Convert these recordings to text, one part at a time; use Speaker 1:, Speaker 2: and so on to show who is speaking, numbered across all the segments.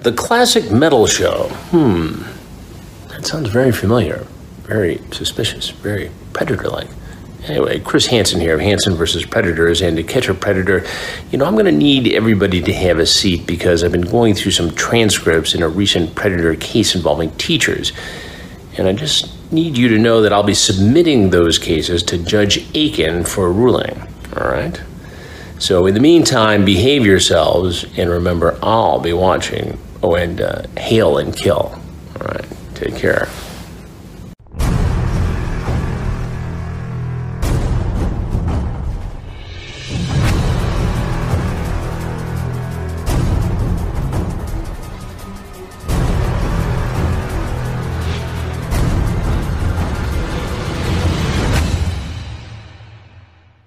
Speaker 1: The Classic Metal Show. Hmm. That sounds very familiar. Very suspicious. Very predator like. Anyway, Chris Hansen here of Hansen versus Predators, and to catch a predator, you know, I'm going to need everybody to have a seat because I've been going through some transcripts in a recent predator case involving teachers. And I just need you to know that I'll be submitting those cases to Judge Aiken for a ruling. All right? So, in the meantime, behave yourselves and remember, I'll be watching. Oh, and uh, hail and kill. All right, take care.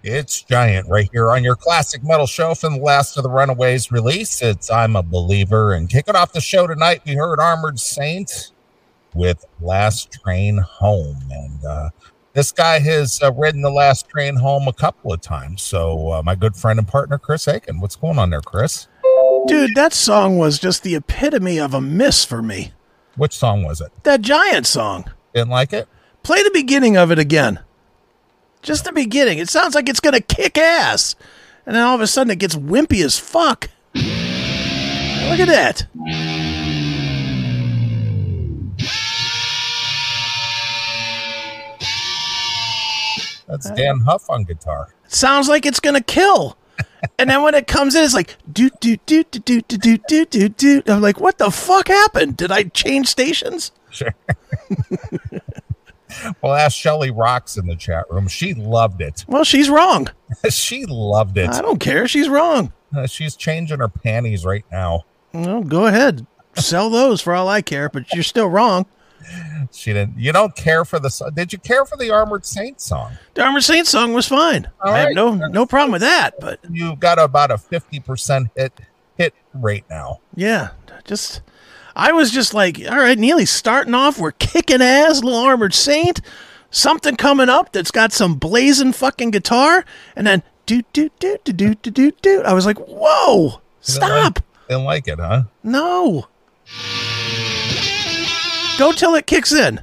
Speaker 2: It's Giant right here on your classic metal show from the last of the Runaways release. It's I'm a Believer. And kicking off the show tonight, we heard Armored Saint with Last Train Home. And uh, this guy has uh, ridden the Last Train Home a couple of times. So, uh, my good friend and partner, Chris Aiken. What's going on there, Chris?
Speaker 3: Dude, that song was just the epitome of a miss for me.
Speaker 2: Which song was it?
Speaker 3: That Giant song.
Speaker 2: Didn't like it?
Speaker 3: Play the beginning of it again. Just the beginning. It sounds like it's going to kick ass. And then all of a sudden it gets wimpy as fuck. Look at that.
Speaker 2: That's Dan Huff on guitar.
Speaker 3: Sounds like it's going to kill. And then when it comes in, it's like do do do do do do do do do do. I'm like, what the fuck happened? Did I change stations?
Speaker 2: Sure. well, ask Shelly Rocks in the chat room. She loved it.
Speaker 3: Well, she's wrong.
Speaker 2: she loved it.
Speaker 3: I don't care. She's wrong.
Speaker 2: Uh, she's changing her panties right now.
Speaker 3: Well, go ahead. Sell those for all I care, but you're still wrong.
Speaker 2: She didn't. You don't care for the. so- Did you care for the Armored Saint song?
Speaker 3: The Armored Saint song was fine.
Speaker 2: All
Speaker 3: I have
Speaker 2: right.
Speaker 3: no no problem with that, but
Speaker 2: You got about a fifty percent hit hit rate now.
Speaker 3: yeah, just I was just like, all right, Neely's starting off. We're kicking ass, little Armored Saint. Something coming up that's got some blazing fucking guitar, and then do do do do do do do do. I was like, whoa,
Speaker 2: Didn't like-
Speaker 3: stop!
Speaker 2: Didn't like it, huh?
Speaker 3: No, go till it kicks in.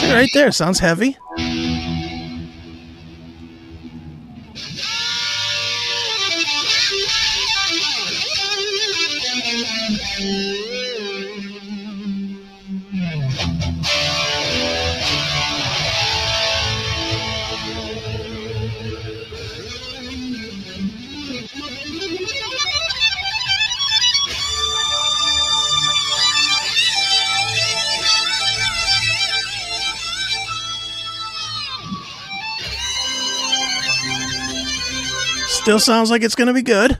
Speaker 3: See right there, sounds heavy. Still sounds like it's gonna be good.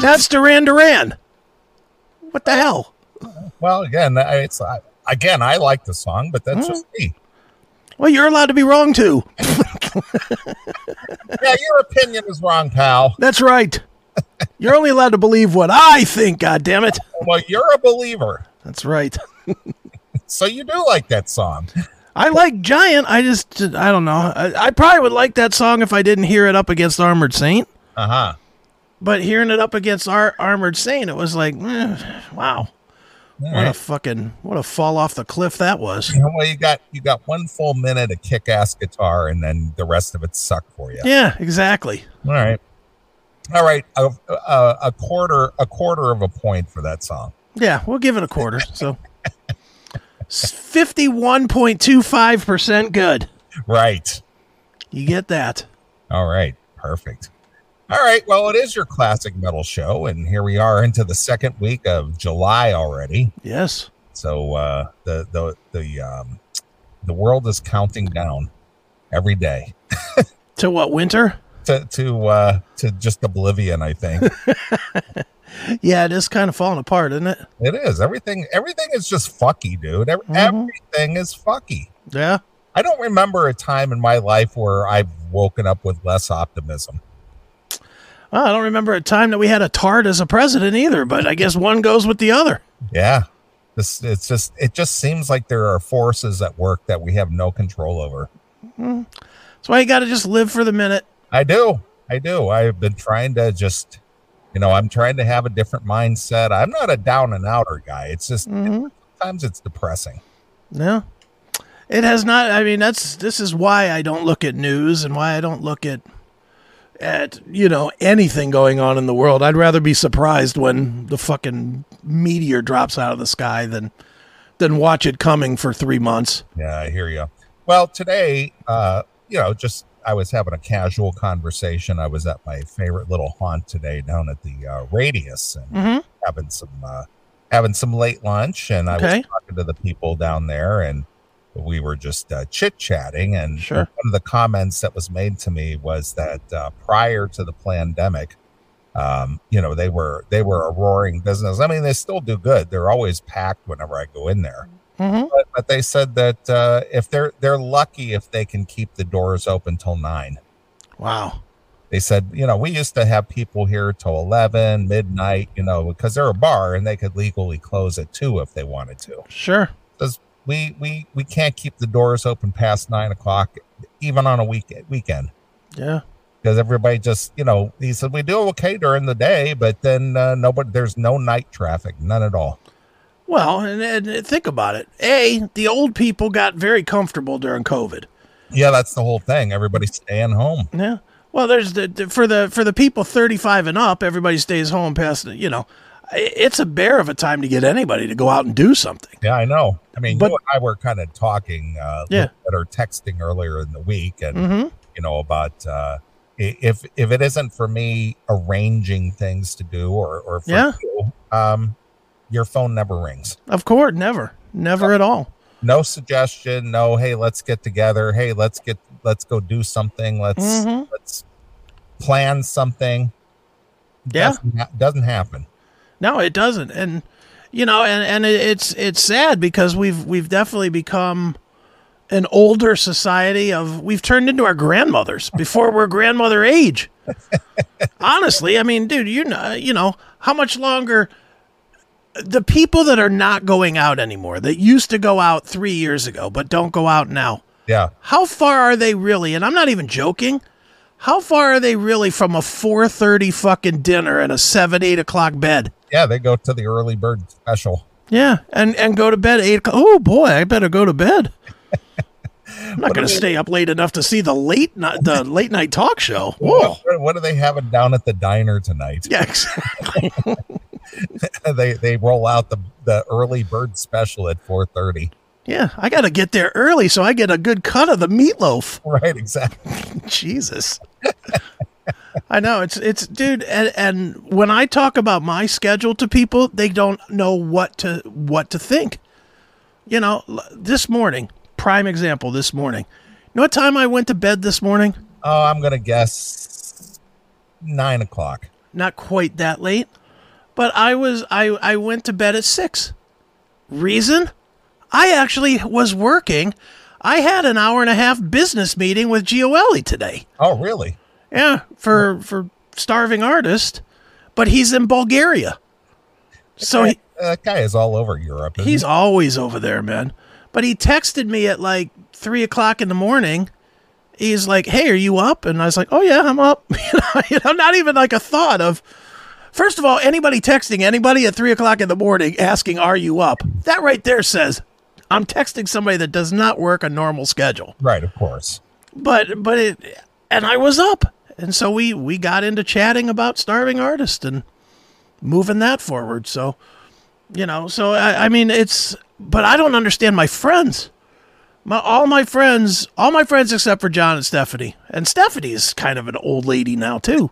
Speaker 3: That's Duran Duran. What the hell?
Speaker 2: Well, again, I, it's I, again, I like the song, but that's just me.
Speaker 3: Well, you're allowed to be wrong too.
Speaker 2: Yeah, your opinion is wrong, pal.
Speaker 3: That's right. You're only allowed to believe what I think, God damn it.
Speaker 2: Well, you're a believer,
Speaker 3: That's right.
Speaker 2: so you do like that song.
Speaker 3: I like Giant. I just, I don't know. I, I probably would like that song if I didn't hear it up against Armored Saint.
Speaker 2: Uh huh.
Speaker 3: But hearing it up against our Armored Saint, it was like, eh, wow. What a fucking, what a fall off the cliff that was.
Speaker 2: Well, you got you got one full minute of kick-ass guitar, and then the rest of it sucked for you.
Speaker 3: Yeah, exactly.
Speaker 2: All right, all right, a, a, a quarter a quarter of a point for that song.
Speaker 3: Yeah, we'll give it a quarter. So S- 51.25% good.
Speaker 2: Right.
Speaker 3: You get that.
Speaker 2: All right. Perfect. All right. Well, it is your classic metal show, and here we are into the second week of July already.
Speaker 3: Yes.
Speaker 2: So uh, the the the um, the world is counting down every day
Speaker 3: To what, winter?
Speaker 2: to to uh, to just oblivion. I think
Speaker 3: Yeah, it is kind of falling apart, isn't it?
Speaker 2: it is everything. Everything is just fucky, dude. Every, Everything is fucky.
Speaker 3: Yeah.
Speaker 2: I don't remember a time in my life where I've woken up with less optimism.
Speaker 3: Well, I don't remember a time that we had a tart as a president either, but I guess one goes with the other.
Speaker 2: Yeah. This it's just it just seems like there are forces at work that we have no control over.
Speaker 3: That's why you got to just live for the minute.
Speaker 2: I do. I do. I've been trying to just you know, I'm trying to have a different mindset. I'm not a down and outer guy. It's just sometimes it's depressing.
Speaker 3: Yeah. It has not I mean that's this is why I don't look at news and why I don't look at at you know anything going on in the world. I'd rather be surprised when the fucking meteor drops out of the sky than than watch it coming for 3 months.
Speaker 2: Yeah, I hear you. Well, today, uh, you know, just I was having a casual conversation. I was at my favorite little haunt today down at the uh, Radius and having some uh, having some late lunch, and I
Speaker 3: Okay.
Speaker 2: was talking to the people down there, and we were just uh, chit chatting. And
Speaker 3: Sure.
Speaker 2: one of the comments that was made to me was that uh, prior to the pandemic. Um, you know, they were they were a roaring business. I mean, they still do good. They're always packed whenever I go in there
Speaker 3: Mhm.
Speaker 2: but, but they said that uh, if they're they're lucky if they can keep the doors open till nine.
Speaker 3: Wow.
Speaker 2: They said, you know, we used to have people here till eleven midnight, you know, because they're a bar and they could legally close at two if they wanted to.
Speaker 3: Sure.
Speaker 2: Because we we we can't keep the doors open past nine o'clock, even on a week weekend,
Speaker 3: Yeah.
Speaker 2: because everybody just, you know, he said we do okay during the day, but then uh, nobody, there's no night traffic, none at all.
Speaker 3: Well, and, and think about it. A, the old people got very comfortable during COVID.
Speaker 2: Yeah, that's the whole thing. Everybody's staying home.
Speaker 3: Yeah. Well, there's the, the for the for the people 35 and up, everybody stays home past the, you know, I- it's a bear of a time to get anybody to go out and do something.
Speaker 2: Yeah, I know. I mean,
Speaker 3: But-
Speaker 2: you and I were kind of talking, uh,
Speaker 3: Yeah. Mm-hmm.
Speaker 2: that or texting earlier in the week, and you know about uh, i- if if it isn't for me arranging things to do or or for
Speaker 3: Yeah.
Speaker 2: you, um, your phone never rings.
Speaker 3: Of course, never. Never at all.
Speaker 2: No suggestion. No, hey, let's get together. Hey, let's get let's go do something. Let's
Speaker 3: Mhm.
Speaker 2: let's plan something.
Speaker 3: Yeah.
Speaker 2: doesn't, ha- doesn't happen.
Speaker 3: No, it doesn't. And you know, and and it- it's it's sad because we've we've definitely become an older society of we've turned into our grandmothers before we're grandmother age. Honestly, I mean, dude, you know, you know how much longer the people that are not going out anymore that used to go out 3 years ago but don't go out now.
Speaker 2: Yeah,
Speaker 3: How far are they really? And I'm not even joking. How far are they really from a 4:30 fucking dinner and a 7 8 o'clock bed?
Speaker 2: yeah. They go to the early bird special.
Speaker 3: Yeah, and and go to bed at eight o'clock. Oh boy, I better go to bed. I'm not going to stay up late enough to see the late night the late night talk show. Whoa.
Speaker 2: What, what are they having down at the diner tonight?
Speaker 3: Yeah, exactly.
Speaker 2: they they roll out the the early bird special at 4:30.
Speaker 3: Yeah, I got to get there early so I get a good cut of the meatloaf.
Speaker 2: Right, exactly.
Speaker 3: Jesus. I know it's it's dude and, and when I talk about my schedule to people, they don't know what to what to think. You know, l- this morning, prime example this morning. You know what time I went to bed this morning?
Speaker 2: Oh, I'm gonna guess nine o'clock.
Speaker 3: not quite that late, but I was I I went to bed at 6. Reason? I actually was working. I had an hour and a half business meeting with Gioelli today.
Speaker 2: Oh, really?
Speaker 3: Yeah, for for starving artist, but he's in Bulgaria. So he,
Speaker 2: Uh, That guy is all over Europe. isn't
Speaker 3: he's always over there, man. But he texted me at like three o'clock in the morning. He's like, "Hey, are you up?" And I was like, "Oh yeah, I'm up." you know, you know, not even like a thought of. First of all, anybody texting anybody at three o'clock in the morning asking, "Are you up?" That right there says, "I'm texting somebody that does not work a normal schedule."
Speaker 2: he? right, of course.
Speaker 3: But but it, and I was up, and so we we got into chatting about starving artist and moving that forward. So you know, so I, I mean, it's but I don't understand my friends. My all my friends, all my friends except for John and Stephanie, and Stephanie is kind of an old lady now too.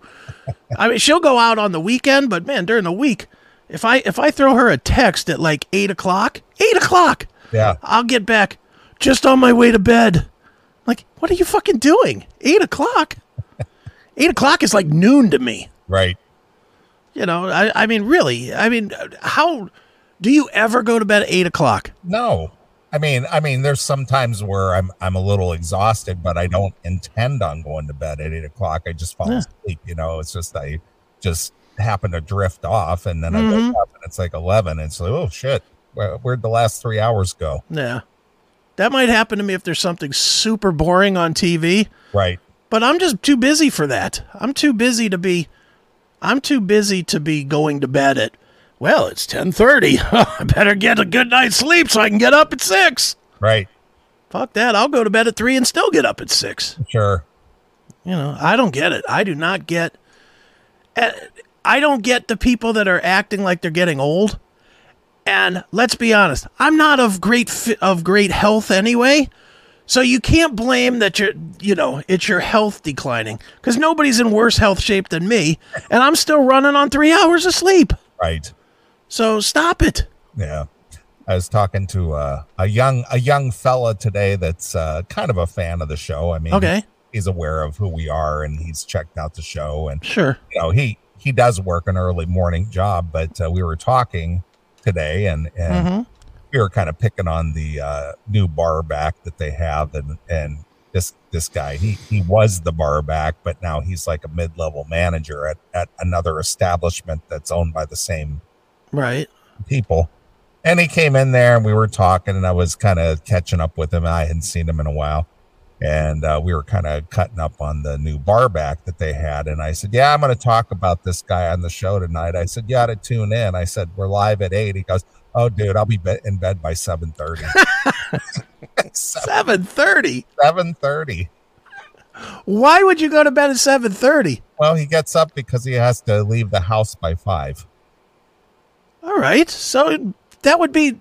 Speaker 3: I mean, she'll go out on the weekend, but man, during the week, if I if I throw her a text at like eight o'clock, eight o'clock,
Speaker 2: Yeah.
Speaker 3: I'll get back just on my way to bed. Like, what are you fucking doing? Eight o'clock? Eight o'clock is like noon to me.
Speaker 2: Right.
Speaker 3: You know, I, I mean, really, I mean, how do you ever go to bed at eight o'clock?
Speaker 2: No. I mean, I mean, there's some times where I'm I'm a little exhausted, but I don't intend on going to bed at eight o'clock. I just fall
Speaker 3: Yeah.
Speaker 2: asleep. You know, it's just I just happen to drift off, and then I
Speaker 3: Mhm.
Speaker 2: wake up and it's like eleven. And it's like, oh shit, where, where'd the last three hours go?
Speaker 3: Yeah. That might happen to me if there's something super boring on TV,
Speaker 2: Right.
Speaker 3: but I'm just too busy for that. I'm too busy to be I'm too busy to be going to bed at well, it's 10:30. I better get a good night's sleep so I can get up at 6.
Speaker 2: Right.
Speaker 3: Fuck that. I'll go to bed at 3 and still get up at 6.
Speaker 2: Sure.
Speaker 3: You know, I don't get it. I do not get eh, I don't get the people that are acting like they're getting old. And let's be honest, I'm not of great fi- of great health anyway. So you can't blame that you're, you know, it's your health declining cuz nobody's in worse health shape than me and I'm still running on 3 hours of sleep.
Speaker 2: Right.
Speaker 3: So stop it.
Speaker 2: Yeah. I was talking to uh, a young a young fella today that's uh, kind of a fan of the show. I mean,
Speaker 3: Okay.
Speaker 2: he's aware of who we are and he's checked out the show and
Speaker 3: Sure.
Speaker 2: you know he he does work an early morning job, but uh, we were talking today and and
Speaker 3: Mhm.
Speaker 2: we were kind of picking on the uh, new bar back that they have and and this this guy he he was the bar back, but now he's like a mid level manager at at another establishment that's owned by the same
Speaker 3: Right.
Speaker 2: people. And he came in there and we were talking, and I was kind of catching up with him. I hadn't seen him in a while. And uh, we were kind of cutting up on the new bar back that they had. And I said, Yeah, I'm going to talk about this guy on the show tonight. I said, You ought to tune in. I said, We're live at eight. He goes, Oh, dude, I'll be be- in bed by 7.30.
Speaker 3: 7:30.
Speaker 2: 7.30.
Speaker 3: Why would you go to bed at 7:30?
Speaker 2: Well, he gets up because he has to leave the house by five.
Speaker 3: All right. So that would be.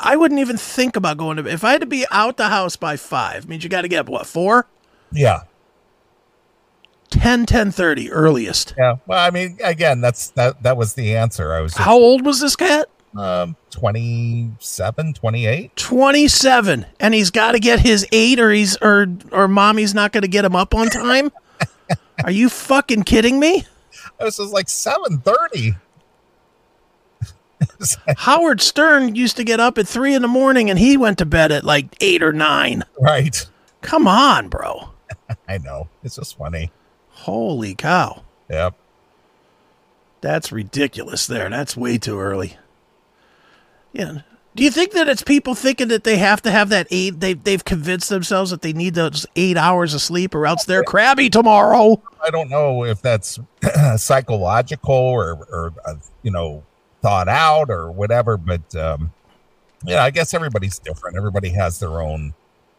Speaker 3: I wouldn't even think about going to. If I had to be out the house by five, means you got to get up, what four,
Speaker 2: Yeah.
Speaker 3: ten, ten thirty earliest.
Speaker 2: Yeah. Well, I mean, again, that's that, that was the answer. I was just,
Speaker 3: How old was this cat?
Speaker 2: um, 27, 28.
Speaker 3: Twenty-seven, and he's got to get his eight, or he's or or mommy's not going to get him up on time. Are you fucking kidding me?
Speaker 2: This is like seven thirty.
Speaker 3: Howard Stern used to get up at three in the morning, and he went to bed at like eight or nine.
Speaker 2: right.
Speaker 3: Come on, bro.
Speaker 2: I know. It's just funny.
Speaker 3: Holy cow.
Speaker 2: Yep.
Speaker 3: That's ridiculous there. That's way too early. Yeah. Do you think that it's people thinking that they have to have that eight? They, they've convinced themselves that they need those eight hours of sleep or else they're crabby tomorrow.
Speaker 2: I don't know if that's psychological or, or uh, you know, thought out or whatever, but um, yeah, I guess everybody's different. Everybody has their own,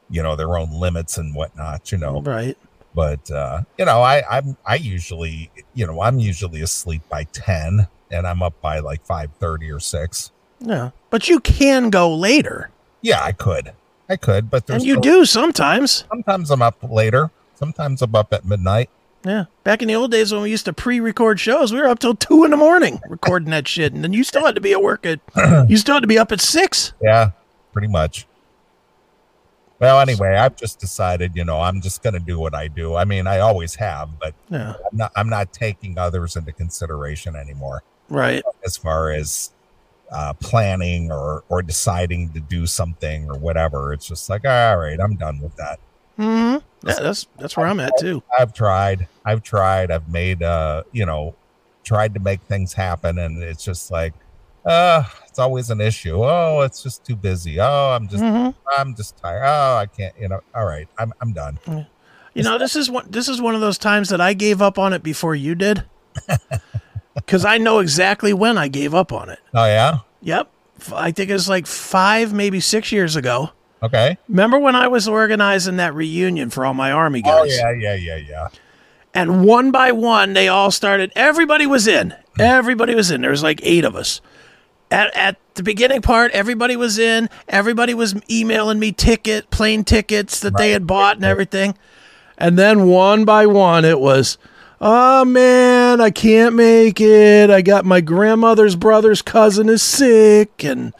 Speaker 2: you know, their own limits and whatnot. You know,
Speaker 3: Right.
Speaker 2: but uh, you know, I I'm I usually you know I'm usually asleep by ten and I'm up by like five thirty or six.
Speaker 3: Yeah. But you can go later.
Speaker 2: Yeah, I could, I could, but there's
Speaker 3: and you
Speaker 2: no-
Speaker 3: do sometimes.
Speaker 2: Sometimes I'm up later. Sometimes I'm up at midnight.
Speaker 3: Yeah. Back in the old days when we used to pre record shows, we were up till two in the morning recording that shit. And then you still had to be at work at, you still had to be up at six.
Speaker 2: Yeah, pretty much. Well, anyway, I've just decided, you know, I'm just going to do what I do. I mean, I always have, but
Speaker 3: Yeah.
Speaker 2: I'm not, I'm not taking others into consideration anymore
Speaker 3: Right.
Speaker 2: as far as uh, planning or or deciding to do something or whatever. It's just like, all right, I'm done with that.
Speaker 3: hmm Yeah. That's, that's where I'm at too.
Speaker 2: I've tried. I've tried. I've made uh, you know, tried to make things happen and it's just like uh it's always an issue. Oh, it's just too busy. Oh, I'm just
Speaker 3: hmm
Speaker 2: I'm just tired. Oh, I can't, you know. All right. I'm I'm done.
Speaker 3: You know, this is one. This is one of those times that I gave up on it before you did, because I know exactly when I gave up on it.
Speaker 2: Oh yeah?
Speaker 3: Yep, F- I think it was like five, maybe six years ago.
Speaker 2: Okay.
Speaker 3: Remember when I was organizing that reunion for all my army
Speaker 2: Oh
Speaker 3: guys?
Speaker 2: yeah, yeah, yeah, yeah.
Speaker 3: And one by one, they all started. Everybody was in. Everybody was in. There was like eight of us. At, at the beginning part, everybody was in. Everybody was emailing me ticket, plane tickets that they had bought and everything. And then one by one, it was, oh man, I can't make it. I got my grandmother's brother's cousin is sick, and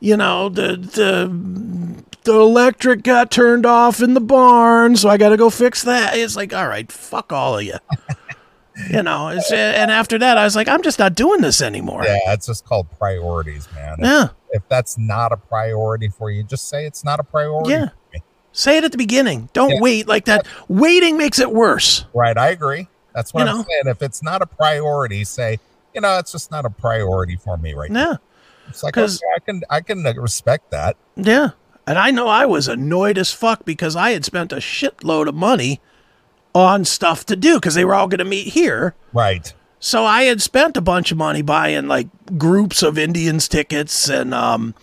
Speaker 3: you know the the the electric got turned off in the barn, so I got to go fix that. It's like, all right, fuck all of you. you know, it's, and after that, I was like, I'm just not doing this anymore.
Speaker 2: Yeah, that's just called priorities, man. If-
Speaker 3: Yeah.
Speaker 2: If, that's not a priority for you, just say it's not a priority.
Speaker 3: Yeah.
Speaker 2: for me.
Speaker 3: Say it at the beginning. Don't
Speaker 2: Yeah.
Speaker 3: wait like that. Waiting makes it worse.
Speaker 2: Right. I agree. That's what
Speaker 3: You
Speaker 2: I'm
Speaker 3: know.
Speaker 2: saying. If it's not a priority, say, you know, it's just not a priority for me right now.
Speaker 3: Yeah.
Speaker 2: It's like,
Speaker 3: 'cause-
Speaker 2: okay, I can, I can uh, respect that.
Speaker 3: Yeah. And I know I was annoyed as fuck because I had spent a shitload of money on stuff to do because they were all going to meet here.
Speaker 2: Right.
Speaker 3: So I had spent a bunch of money buying like groups of Indians tickets and um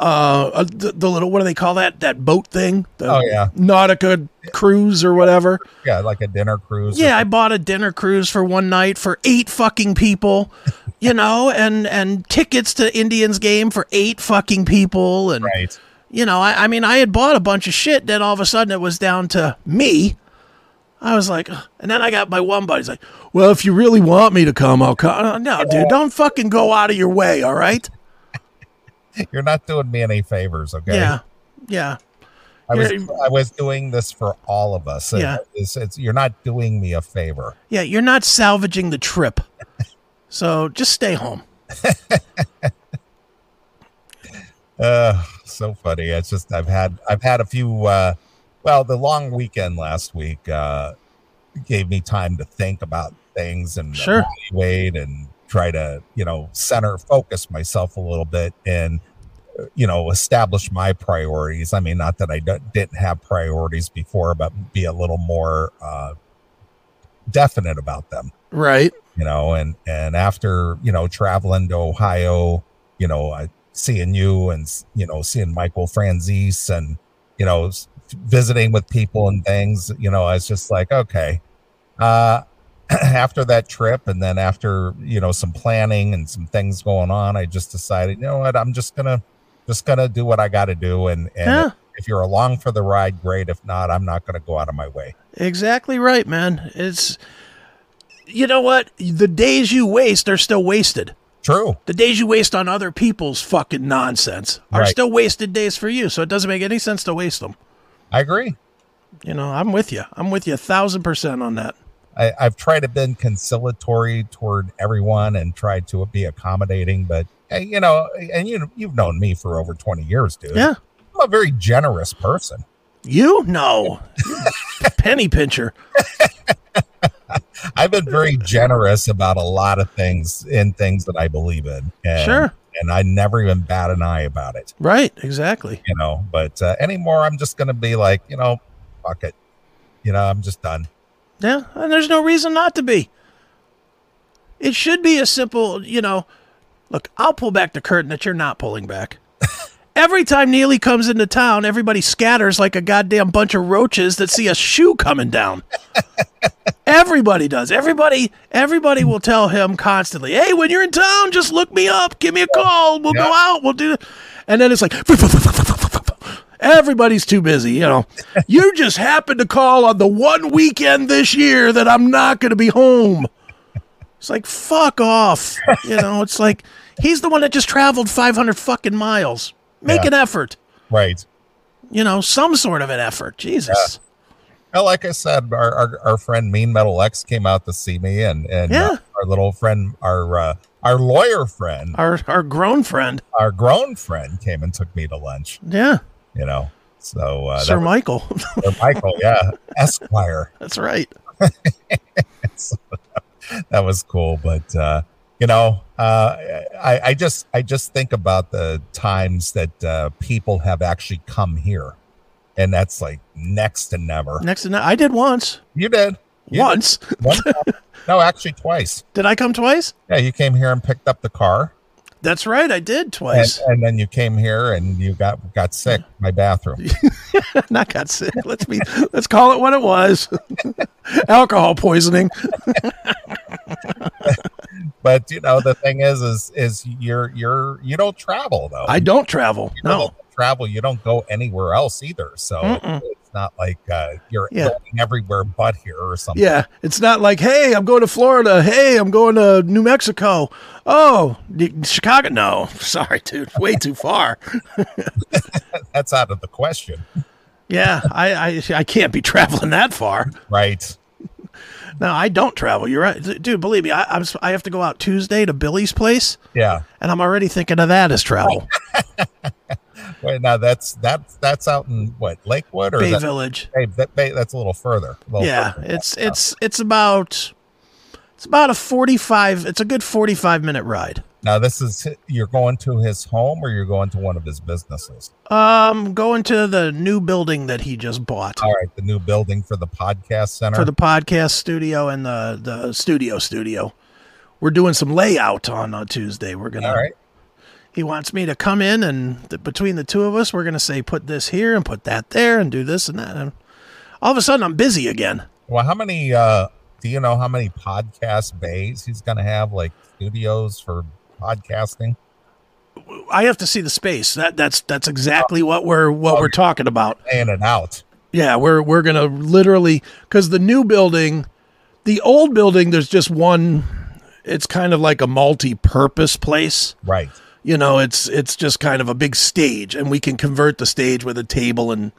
Speaker 3: uh uh, the, the little what do they call that that boat thing? The
Speaker 2: Oh, yeah.
Speaker 3: Nautica cruise or whatever.
Speaker 2: Yeah. Like a dinner cruise. or
Speaker 3: Yeah, I bought a dinner cruise for one night for eight fucking people, you know, and and tickets to Indians game for eight fucking people and
Speaker 2: something, Right.
Speaker 3: you know, I, I mean, I had bought a bunch of shit. Then all of a sudden, it was down to me. I was like, "Ugh." and then I got my one buddy's like, well, if you really want me to come, I'll come. No, dude, don't fucking go out of your way. All right.
Speaker 2: You're not doing me any favors. Okay.
Speaker 3: Yeah. Yeah.
Speaker 2: I was,
Speaker 3: you're-
Speaker 2: I was doing this for all of us.
Speaker 3: Yeah.
Speaker 2: It's, it's, you're not doing me a favor.
Speaker 3: Yeah. You're not salvaging the trip. So just stay home.
Speaker 2: Uh, so funny. It's just I've had I've had a few. Uh, well, the long weekend last week uh, gave me time to think about things and
Speaker 3: Sure.
Speaker 2: evaluate and try to you know center focus myself a little bit and uh, you know establish my priorities. I mean, not that I don't, didn't have priorities before, but be a little more uh, definite about them
Speaker 3: Right.
Speaker 2: you know and and after you know traveling to ohio you know I, seeing you and you know seeing michael franzese and you know s- visiting with people and things you know i was just like okay uh after that trip and then after you know some planning and some things going on i just decided you know what i'm just gonna just gonna do what i gotta do and and
Speaker 3: Yeah.
Speaker 2: if you're along for the ride great if not i'm not gonna go out of my way
Speaker 3: Exactly right, man. It's, you know what? The days you waste are still wasted.
Speaker 2: true
Speaker 3: the days you waste on other people's fucking nonsense are
Speaker 2: Right.
Speaker 3: still wasted days for you. So it doesn't make any sense to waste them.
Speaker 2: i agree
Speaker 3: You know, I'm with you. I'm with you a thousand percent on that.
Speaker 2: I, I've tried to been conciliatory toward everyone and tried to be accommodating, but eh, you know, and you you've known me for over twenty years, dude.
Speaker 3: Yeah.
Speaker 2: I'm a very generous person.
Speaker 3: You? No. Penny pincher.
Speaker 2: I've been very generous about a lot of things in things that I believe in. And,
Speaker 3: Sure.
Speaker 2: And I never even bat an eye about it,
Speaker 3: Right. Exactly.
Speaker 2: you know. But uh, anymore, I'm just gonna be like, you know, fuck it. You know, I'm just done.
Speaker 3: Yeah. And there's no reason not to be. It should be a simple, you know, look, I'll pull back the curtain that you're not pulling back. Every time Neely comes into town, everybody scatters like a goddamn bunch of roaches that see a shoe coming down. Everybody does. Everybody everybody will tell him constantly, "Hey, when you're in town, just look me up, give me a call, we'll
Speaker 2: Yeah.
Speaker 3: go out, we'll do." And then it's like everybody's too busy, you know. you just happened to call on the one weekend this year that I'm not going to be home. It's like fuck off. You know, it's like he's the one that just traveled 500 fucking miles. Make
Speaker 2: Yeah.
Speaker 3: an effort.
Speaker 2: Right.
Speaker 3: You know, some sort of an effort. Jesus.
Speaker 2: Well, like I said, our, our, our friend Mean Metal X came out to see me, and and
Speaker 3: Yeah.
Speaker 2: uh, our little friend, our uh, our lawyer friend,
Speaker 3: Our our grown friend.
Speaker 2: our grown friend came and took me to lunch.
Speaker 3: Yeah.
Speaker 2: You know, so uh,
Speaker 3: Sir
Speaker 2: that
Speaker 3: Michael.
Speaker 2: was Sir Michael, yeah, Esquire.
Speaker 3: That's right.
Speaker 2: That was cool, but uh, you know, uh, I I just I just think about the times that uh, people have actually come here, and that's like next to never.
Speaker 3: Next to that, I did once.
Speaker 2: You did You did.
Speaker 3: once.
Speaker 2: One time. no, actually twice.
Speaker 3: Did I come twice?
Speaker 2: Yeah, you came here and picked up the car.
Speaker 3: That's right. I did
Speaker 2: and,
Speaker 3: twice.
Speaker 2: and then you came here and you got got sick in my bathroom
Speaker 3: and I got sick. Let's be let's call it what it was. Alcohol poisoning.
Speaker 2: but you know the thing is is is you're you're you don't travel though
Speaker 3: I don't travel.
Speaker 2: You
Speaker 3: No.
Speaker 2: don't travel you don't go anywhere else either so
Speaker 3: Mm-mm.
Speaker 2: it's, It's not like uh, you're
Speaker 3: Yeah.
Speaker 2: going everywhere but here or something.
Speaker 3: Yeah, it's not like, hey, I'm going to Florida. Hey, I'm going to New Mexico. Oh, N- Chicago. No, sorry, dude, way too far.
Speaker 2: That's out of the question,
Speaker 3: Yeah, I, I, I can't be traveling that far.
Speaker 2: right?
Speaker 3: No, I don't travel. You're right, D- dude. Believe me, I, I'm, s- I have to go out Tuesday to Billy's place,
Speaker 2: Yeah.
Speaker 3: and I'm already thinking of that as travel.
Speaker 2: Wait, now that's that's that's out in what Lakewood or
Speaker 3: Bay
Speaker 2: that,
Speaker 3: Village.
Speaker 2: Hey, that Bay, that's a little further. a little
Speaker 3: yeah
Speaker 2: further.
Speaker 3: it's it's it's about it's about a 45 it's a good 45 minute ride
Speaker 2: Now this is you're going to his home or you're going to one of his businesses.
Speaker 3: um going to the new building that he just bought
Speaker 2: All right, the new building for the podcast center.
Speaker 3: for the podcast studio and the the studio studio we're doing some layout on on tuesday we're gonna
Speaker 2: All right.
Speaker 3: he wants me to come in and th- between the two of us we're gonna say put this here and put that there and do this and that and all of a sudden i'm busy again
Speaker 2: Well, how many uh do you know how many podcast bays he's going to have like studios for podcasting?
Speaker 3: i have to see the space that that's that's exactly what we're what we're talking about
Speaker 2: In and out.
Speaker 3: Yeah, we're we're gonna literally because the new building, the old building, there's just one. It's kind of like a multi-purpose place.
Speaker 2: Right.
Speaker 3: You know, it's it's just kind of a big stage, and we can convert the stage with a table and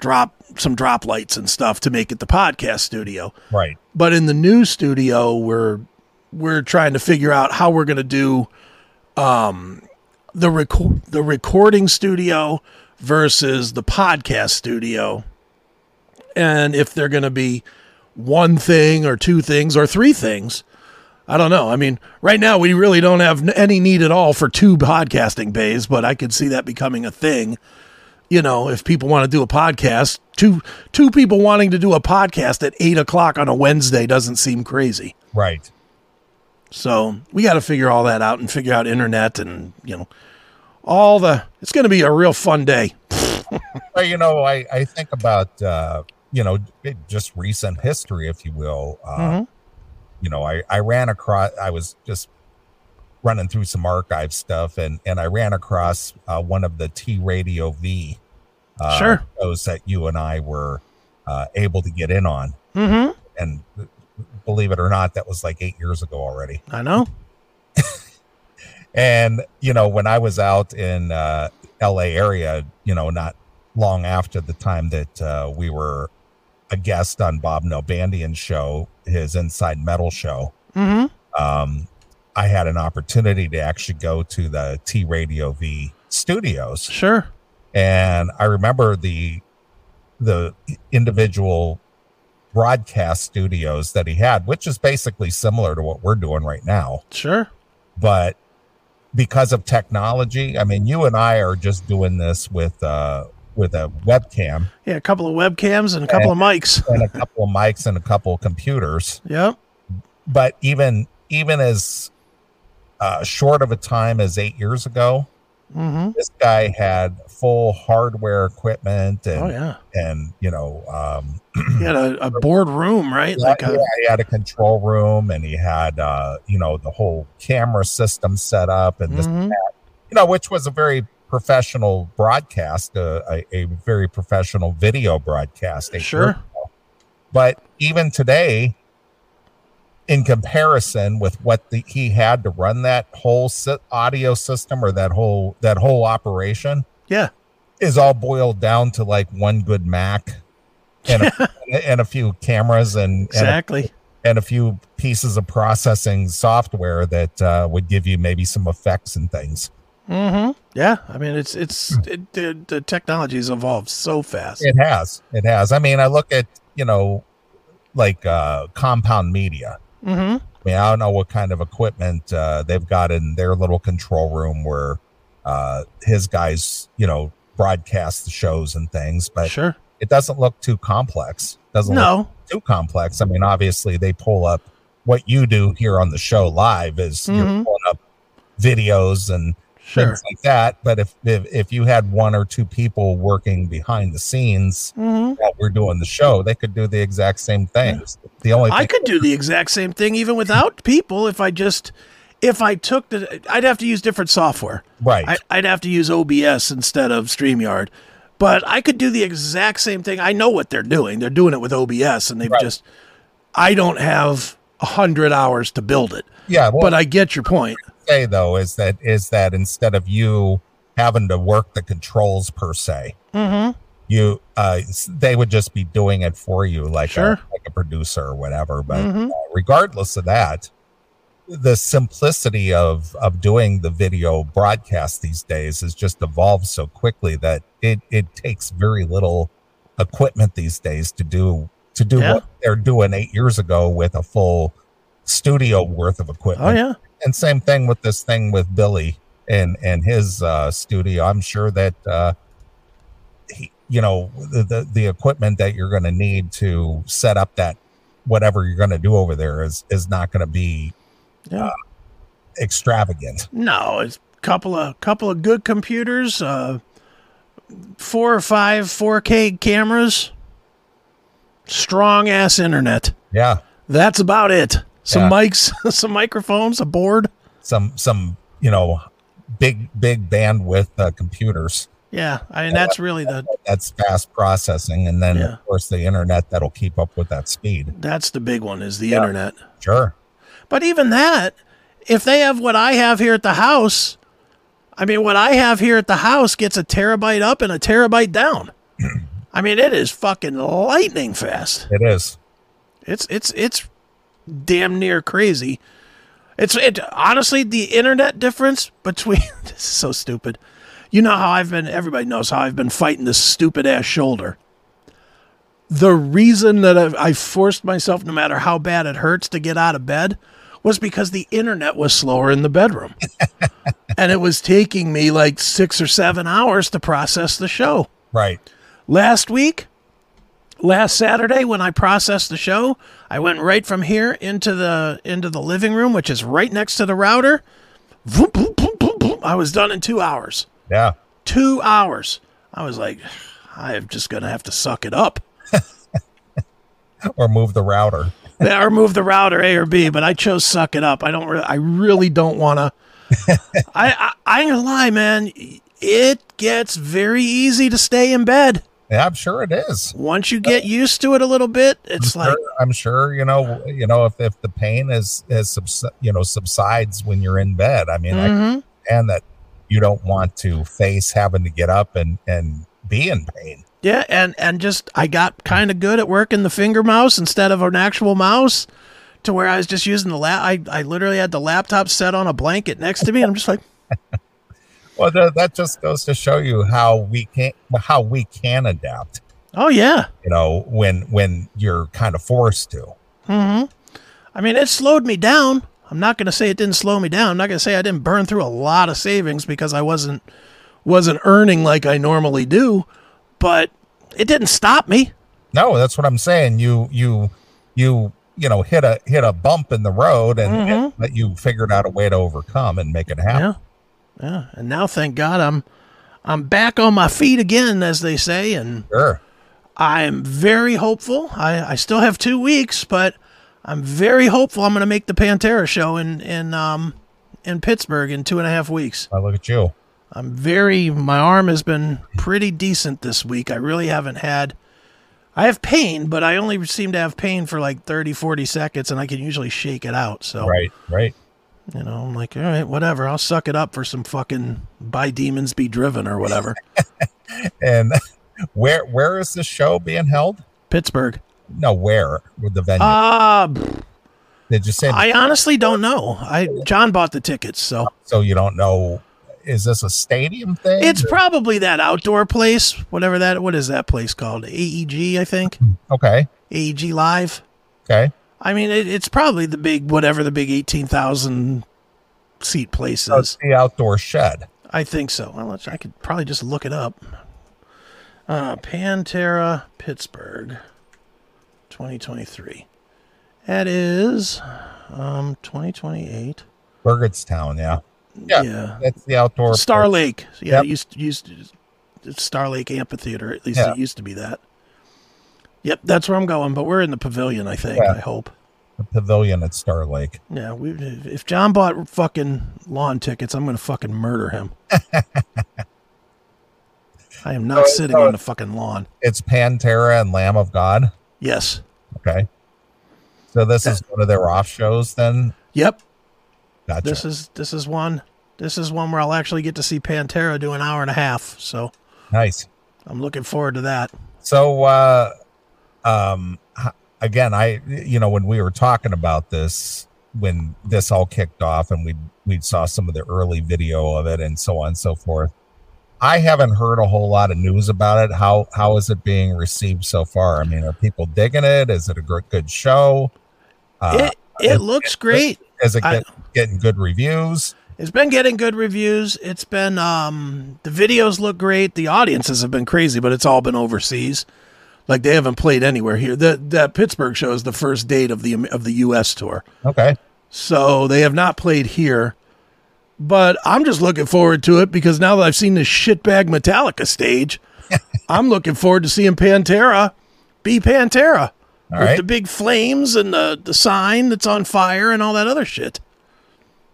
Speaker 3: drop some drop lights and stuff to make it the podcast studio.
Speaker 2: Right.
Speaker 3: But in the new studio, we're we're trying to figure out how we're gonna do um, the record the recording studio versus the podcast studio and if they're going to be one thing or two things or three things. I don't know. I mean, right now we really don't have n- any need at all for two podcasting bays, but I could see that becoming a thing. You know, if people want to do a podcast, two two people wanting to do a podcast at eight o'clock on a Wednesday doesn't seem crazy.
Speaker 2: Right.
Speaker 3: So we got to figure all that out and figure out internet and you know all the. It's going to be a real fun day.
Speaker 2: Well, you know, I, I think about, uh, you know, it- just recent history, if you will. Uh,
Speaker 3: Mm-hmm.
Speaker 2: You know, I, I ran across, I was just running through some archive stuff and, and I ran across uh, one of the T Radio V uh,
Speaker 3: Sure.
Speaker 2: shows that you and I were uh, able to get in on.
Speaker 3: Mm-hmm.
Speaker 2: And believe it or not, that was like eight years ago already.
Speaker 3: I know.
Speaker 2: And you know, when I was out in uh, L.A. area, you know, not long after the time that uh, we were a guest on Bob Nobandian's show, his Inside Metal show,
Speaker 3: Mm-hmm.
Speaker 2: um, I had an opportunity to actually go to the T Radio V studios
Speaker 3: Sure.
Speaker 2: and I remember the the individual broadcast studios that he had, which is basically similar to what we're doing right now,
Speaker 3: Sure.
Speaker 2: but because of technology, I mean, you and I are just doing this with uh, with a webcam
Speaker 3: Yeah, a couple of webcams and a couple of mics.
Speaker 2: and a couple of mics and a couple of computers.
Speaker 3: Yep.
Speaker 2: But even even as uh, short of a time as eight years ago,
Speaker 3: Mm-hmm.
Speaker 2: this guy had full hardware equipment and
Speaker 3: Oh yeah.
Speaker 2: and you know um,
Speaker 3: He had a, a board room, right?
Speaker 2: Yeah,
Speaker 3: Like uh, a
Speaker 2: yeah, he had a control room and he had uh you know the whole camera system set up and this
Speaker 3: Mhm.
Speaker 2: you know which was a very professional broadcast uh, a, a very professional video broadcast a-
Speaker 3: sure.
Speaker 2: but even today in comparison with what the, he had to run that whole si- audio system or that whole that whole operation
Speaker 3: Yeah.
Speaker 2: is all boiled down to like one good mac and a, and a few cameras and, and a
Speaker 3: Exactly.
Speaker 2: and a few pieces of processing software that uh, would give you maybe some effects and things.
Speaker 3: Mm-hmm. Yeah. I mean, it's it's it, the the technology's evolved so fast.
Speaker 2: It has, it has. I mean, I look at you know, like uh, Compound Media.
Speaker 3: Mm-hmm.
Speaker 2: I mean, I don't know what kind of equipment uh, they've got in their little control room where uh, his guys, you know, broadcast the shows and things, but
Speaker 3: Sure.
Speaker 2: it doesn't look too complex. Doesn't look
Speaker 3: No.
Speaker 2: too complex. I mean, obviously they pull up what you do here on the show live is you're
Speaker 3: Mhm.
Speaker 2: pulling up videos and
Speaker 3: Sure.
Speaker 2: things like that. But if, if if you had one or two people working behind the scenes
Speaker 3: Mm-hmm.
Speaker 2: while we're doing the show, they could do the exact same things. The only
Speaker 3: I
Speaker 2: thing,
Speaker 3: could do the exact same thing even without people if I just if I took the I'd have to use different software.
Speaker 2: right,
Speaker 3: I, I'd have to use OBS instead of StreamYard. But I could do the exact same thing. I know what they're doing. They're doing it with OBS, and they've
Speaker 2: Right.
Speaker 3: just. I don't have a hundred hours to build it,
Speaker 2: Yeah, well,
Speaker 3: but I get your point.
Speaker 2: say though is that is that instead of you having to work the controls per se,
Speaker 3: Mm-hmm.
Speaker 2: you uh s- they would just be doing it for you, like
Speaker 3: Sure.
Speaker 2: a, like a producer or whatever. But
Speaker 3: Mhm.
Speaker 2: uh, regardless of that, the simplicity of of doing the video broadcast these days has just evolved so quickly that it it takes very little equipment these days to do to do
Speaker 3: Yeah.
Speaker 2: what they're doing eight years ago with a full studio worth of equipment
Speaker 3: Oh yeah,
Speaker 2: and same thing with this thing with Billy and and his uh, studio. I'm sure that uh, he, you know the, the the equipment that you're going to need to set up that whatever you're going to do over there is is not going to be
Speaker 3: Yeah.
Speaker 2: uh, extravagant.
Speaker 3: no, it's a couple of couple of good computers, uh, four or five 4K cameras, strong ass internet.
Speaker 2: Yeah,
Speaker 3: That's about it. Some
Speaker 2: Yeah.
Speaker 3: mics, some microphones, a board.
Speaker 2: some some you know big big bandwidth uh, computers
Speaker 3: Yeah, I mean that's really the
Speaker 2: that's fast processing, and then
Speaker 3: Yeah.
Speaker 2: of course the internet that'll keep up with that speed.
Speaker 3: that's the big one is the
Speaker 2: Yeah.
Speaker 3: internet.
Speaker 2: Sure.
Speaker 3: But even that, if they have what I have here at the house, I mean, what I have here at the house gets a terabyte up and a terabyte down.
Speaker 2: Hmm.
Speaker 3: I mean, it is fucking lightning fast.
Speaker 2: It is.
Speaker 3: It's it's it's damn near crazy. It's it honestly the internet difference between this is so stupid. You know how I've been everybody knows how I've been fighting this stupid ass shoulder. The reason that I've, I forced myself, no matter how bad it hurts, to get out of bed was because the internet was slower in the bedroom. and it was taking me like six or seven hours to process the show
Speaker 2: Right.
Speaker 3: last week last saturday when i processed the show i went right from here into the into the living room which is right next to the router Vroom, vroom, vroom, vroom, vroom. i was done in two hours
Speaker 2: Yeah.
Speaker 3: two hours i was like i'm just gonna have to suck it up
Speaker 2: Or move the router.
Speaker 3: Yeah, or move the router A or B, but I chose suck it up. I don't. Re- I really don't want to. I, I I ain't gonna lie, man. It gets very easy to stay in bed
Speaker 2: Yeah, I'm sure it is.
Speaker 3: once you get used to it a little bit. It's like
Speaker 2: sure- Uh, I'm sure you know you know if, if the pain is is subs- you know subsides when you're in bed. I mean, I
Speaker 3: mhm.
Speaker 2: understand that you don't want to face having to get up and and be in pain.
Speaker 3: Yeah, and and just I got kind of good at working the finger mouse instead of an actual mouse, to where I was just using the la- I I literally had the laptop set on a blanket next to me, and I'm just like,
Speaker 2: Well, tha- that just goes to show you how we can how we can adapt.
Speaker 3: oh yeah,
Speaker 2: You know, when when you're kind of forced to.
Speaker 3: mm-hmm. I mean, it slowed me down. I'm not gonna say it didn't slow me down. I'm not gonna say I didn't burn through a lot of savings because I wasn't wasn't earning like I normally do, but it didn't stop me.
Speaker 2: No, that's what I'm saying. You you you you know hit a hit a bump in the road and, and that you figured out a way to overcome and make it happen.
Speaker 3: Yeah. Yeah, and now thank God I'm I'm back on my feet again, as they say, and
Speaker 2: Sure.
Speaker 3: I'm very hopeful. I, I still have two weeks, but I'm very hopeful I'm going to make the Pantera show in in um in Pittsburgh in two and a half weeks.
Speaker 2: I look at you.
Speaker 3: I'm very. My arm has been pretty decent this week. I really haven't had. I have pain, but I only seem to have pain for like 30, 40 seconds, and I can usually shake it out. So
Speaker 2: Right. Right.
Speaker 3: you know, I'm like, all right, whatever. I'll suck it up for some fucking by demons be driven or whatever.
Speaker 2: And where where is this show being held?
Speaker 3: Pittsburgh.
Speaker 2: No, where with the venue?
Speaker 3: Ah,
Speaker 2: Did you say
Speaker 3: I honestly don't know. I John bought the tickets, so
Speaker 2: so? You don't know? Is this a stadium thing?
Speaker 3: It's
Speaker 2: Or-
Speaker 3: probably that outdoor place, whatever that. What is that place called? AEG, I think.
Speaker 2: okay.
Speaker 3: AEG Live.
Speaker 2: Okay.
Speaker 3: I mean, it, it's probably the big whatever the big eighteen thousand seat place
Speaker 2: So it's
Speaker 3: is.
Speaker 2: the outdoor shed.
Speaker 3: I think so. Well, let's, I could probably just look it up. Uh, Pantera Pittsburgh, twenty twenty three. That is, um, twenty twenty eight.
Speaker 2: Burgettstown, yeah. Yeah.
Speaker 3: yeah.
Speaker 2: That's the outdoor
Speaker 3: Star Lake. Yeah,
Speaker 2: Yep.
Speaker 3: it used used it's Star Lake Amphitheater. At least
Speaker 2: Yeah.
Speaker 3: it used to be that. Yep, that's where I'm going. But we're in the pavilion, I think.
Speaker 2: Yeah.
Speaker 3: I hope.
Speaker 2: pavilion at Star Lake.
Speaker 3: Yeah, we. If John bought fucking lawn tickets, I'm gonna fucking murder him. I am not sitting on the fucking lawn.
Speaker 2: It's Pantera and Lamb of God.
Speaker 3: Yes.
Speaker 2: Okay. So this is one of their off shows then?
Speaker 3: Yep.
Speaker 2: Gotcha.
Speaker 3: This is this is one. This is one where I'll actually get to see Pantera do an hour and a half. So
Speaker 2: nice.
Speaker 3: I'm looking forward to that.
Speaker 2: So, uh, um, h- again, I, you know, when we were talking about this, when this all kicked off and we, we saw some of the early video of it and so on and so forth, I haven't heard a whole lot of news about it. How, how is it being received so far? I mean, are people digging it? Is it a gr- good show? Uh,
Speaker 3: it it looks great.
Speaker 2: is it
Speaker 3: I-
Speaker 2: get, getting good reviews?
Speaker 3: It's been getting good reviews. It's been um the videos look great. The audiences have been crazy, but it's all been overseas. Like they haven't played anywhere here. The the Pittsburgh show is the first date of the of the US tour.
Speaker 2: Okay.
Speaker 3: So they have not played here. But I'm just looking forward to it because now that I've seen this shitbag Metallica stage, I'm looking forward to seeing Pantera be Pantera.
Speaker 2: All
Speaker 3: with
Speaker 2: right.
Speaker 3: the big flames and the, the sign that's on fire and all that other shit.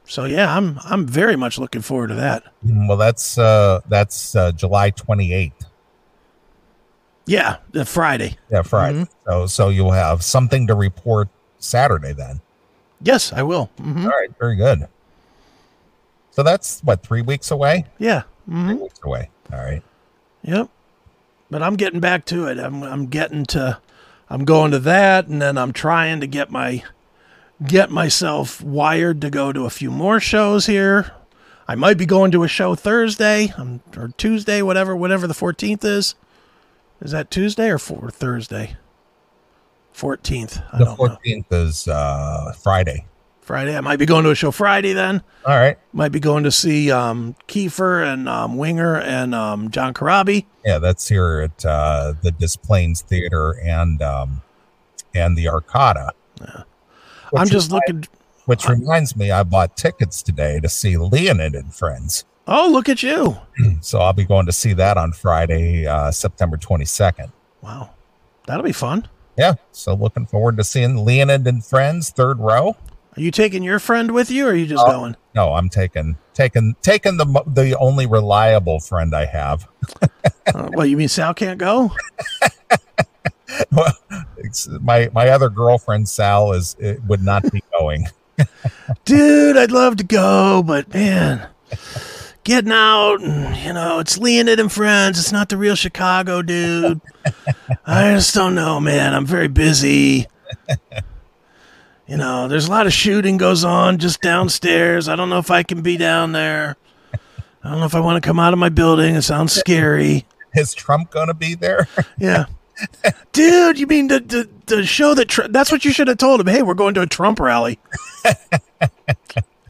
Speaker 3: So yeah, I'm I'm very much looking forward to that.
Speaker 2: Mm, well, that's, uh, that's, uh, July 28th.
Speaker 3: Yeah, the Friday.
Speaker 2: Yeah, Friday.
Speaker 3: Mm-hmm.
Speaker 2: So so you'll have something to report Saturday then.
Speaker 3: Yes, I will. hmm
Speaker 2: All right, very good. So that's what three weeks away.
Speaker 3: Yeah. hmm
Speaker 2: Three weeks away. All right.
Speaker 3: Yep. But I'm getting back to it. I'm I'm getting to I'm going to that and then I'm trying to get my get myself wired to go to a few more shows here. I might be going to a show Thursday um, or Tuesday, whatever whatever the 14th is. Is that Tuesday or, for, Thursday? 14th. I
Speaker 2: The
Speaker 3: don't know.
Speaker 2: fourteenth is uh Friday.
Speaker 3: Friday. I might be going to a show Friday then.
Speaker 2: All right.
Speaker 3: Might be going to see um, Kiefer and um, Winger and um, John Karabi.
Speaker 2: Yeah, that's here at uh the Displains Theater and um and the Arcata.
Speaker 3: I'm just looking.
Speaker 2: Which reminds me, I bought tickets today to see Leonid and Friends.
Speaker 3: Oh, look at you.
Speaker 2: So I'll be going to see that on Friday, uh, September 22nd.
Speaker 3: Wow. That'll be fun.
Speaker 2: Yeah. So looking forward to seeing Leonid and Friends, third row.
Speaker 3: Are you taking your friend with you or are you just
Speaker 2: Oh.
Speaker 3: going?
Speaker 2: No, I'm taking taking taking the mo- the only reliable friend I have.
Speaker 3: Uh, well, you mean Sal can't go?
Speaker 2: It's- my my other girlfriend Sal is it would not be going.
Speaker 3: Dude, I'd love to go, but man, getting out and, you know, it's Leonid and friends. It's not the real Chicago, dude. I just don't know, man. I'm very busy. You know, there's a lot of shooting goes on just downstairs. I don't know if I can be down there. I don't know if I want to come out of my building. It sounds scary.
Speaker 2: Is Trump going to be there?
Speaker 3: Yeah. Dude, you mean the, the, the show that Tr- that's what you should have told him. Hey, we're going to a Trump rally.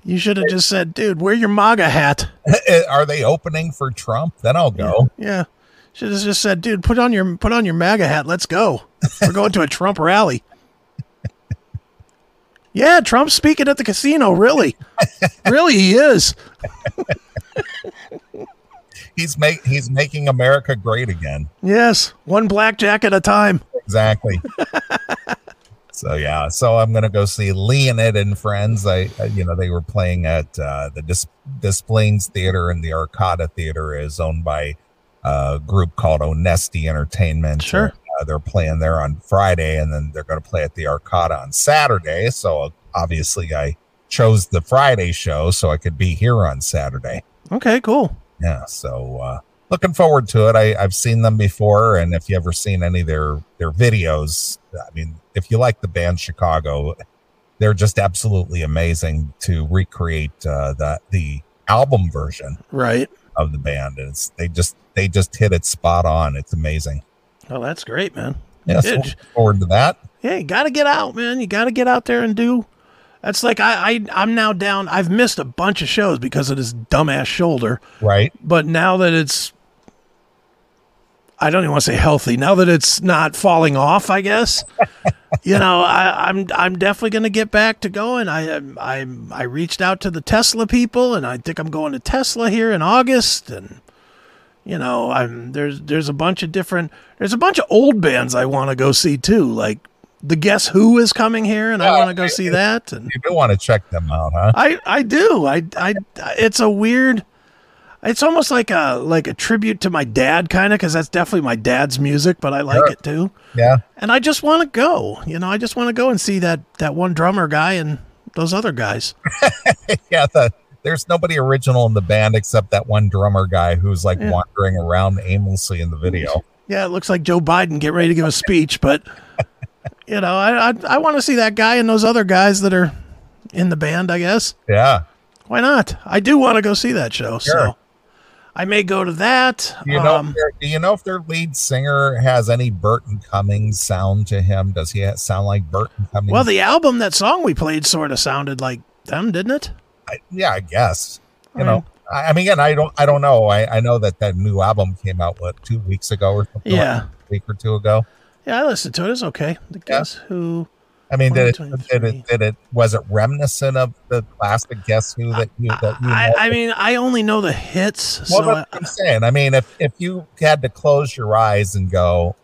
Speaker 3: you should have just said, dude, wear your MAGA hat.
Speaker 2: Are they opening for Trump? Then I'll go.
Speaker 3: Yeah. Should have just said, dude, put on your put on your MAGA hat. Let's go. We're going to a Trump rally. Yeah, Trump's speaking at the casino, really. really he is.
Speaker 2: He's make he's making America great again.
Speaker 3: Yes. One blackjack at a time.
Speaker 2: Exactly. so yeah, so I'm going to go see Leonid and Friends. I I- you know they were playing at uh, the Dis- Displains Theater and the Arcata Theater is owned by uh, a group called Onesti Entertainment.
Speaker 3: Sure.
Speaker 2: Uh, they're playing there on Friday, and then they're going to play at the Arcata on Saturday. So obviously, I chose the Friday show so I could be here on Saturday.
Speaker 3: Okay, cool.
Speaker 2: Yeah, so uh, looking forward to it. I, I've seen them before, and if you ever seen any of their their videos, I mean, if you like the band Chicago, they're just absolutely amazing to recreate uh, the the album version
Speaker 3: Right.
Speaker 2: of the band. And It's they just they just hit it spot on. It's amazing.
Speaker 3: Well, Oh, that's great, man.
Speaker 2: Yeah, so
Speaker 3: Dude,
Speaker 2: looking forward to that.
Speaker 3: yeah, you gotta get out, man. You gotta get out there and do. That's like I, I I'm now down. I've missed a bunch of shows because of this dumbass shoulder.
Speaker 2: Right?
Speaker 3: But now that it's, I don't even want to say healthy. Now that it's not falling off, I guess. you know, I, I'm I'm definitely gonna get back to going. I I'm- I'm I reached out to the Tesla people, and I think I'm going to Tesla here in August and. You know, I'm there's there's a bunch of different there's a bunch of old bands I want to go see too, like the Guess Who is coming here, and I want to go see that. And
Speaker 2: You do want to check them out, huh?
Speaker 3: I I do. I I it's a weird It's almost like a like a tribute to my dad, kind of, because that's definitely my dad's music, but I like
Speaker 2: Sure.
Speaker 3: it too.
Speaker 2: Yeah.
Speaker 3: And I just want to go. You know, I just want to go and see that that one drummer guy and those other guys.
Speaker 2: yeah, the, there's nobody original in the band except that one drummer guy who's like
Speaker 3: Yeah.
Speaker 2: wandering around aimlessly in the video.
Speaker 3: Yeah, it looks like Joe Biden getting ready to give a speech, but you know, I I, I want to see that guy and those other guys that are in the band. I guess
Speaker 2: Yeah.
Speaker 3: why not? I do want to go see that show, so
Speaker 2: Sure.
Speaker 3: I may go to that. um,
Speaker 2: Do you know, if their- do you know if their lead singer has any Burton Cummings sound to him? Does he ha- sound like Burton Cummings?
Speaker 3: well, the album that song we played sort of sounded like them, didn't it?
Speaker 2: I, yeah, I guess. You
Speaker 3: I
Speaker 2: know, I, I mean, again, I don't, I don't know. I, I know that that new album came out what two weeks ago or something. like
Speaker 3: Yeah.
Speaker 2: that, a week or two ago.
Speaker 3: Yeah, I listened to it. It's okay. The Guess Who?
Speaker 2: I mean, did
Speaker 3: One,
Speaker 2: it,
Speaker 3: two,
Speaker 2: did it, did it, was it reminiscent of the classic Guess Who that you, that you
Speaker 3: I,
Speaker 2: know?
Speaker 3: I mean, I only know the hits,
Speaker 2: Well,
Speaker 3: so I,
Speaker 2: that's what I'm saying. I mean, if if you had to close your eyes and go,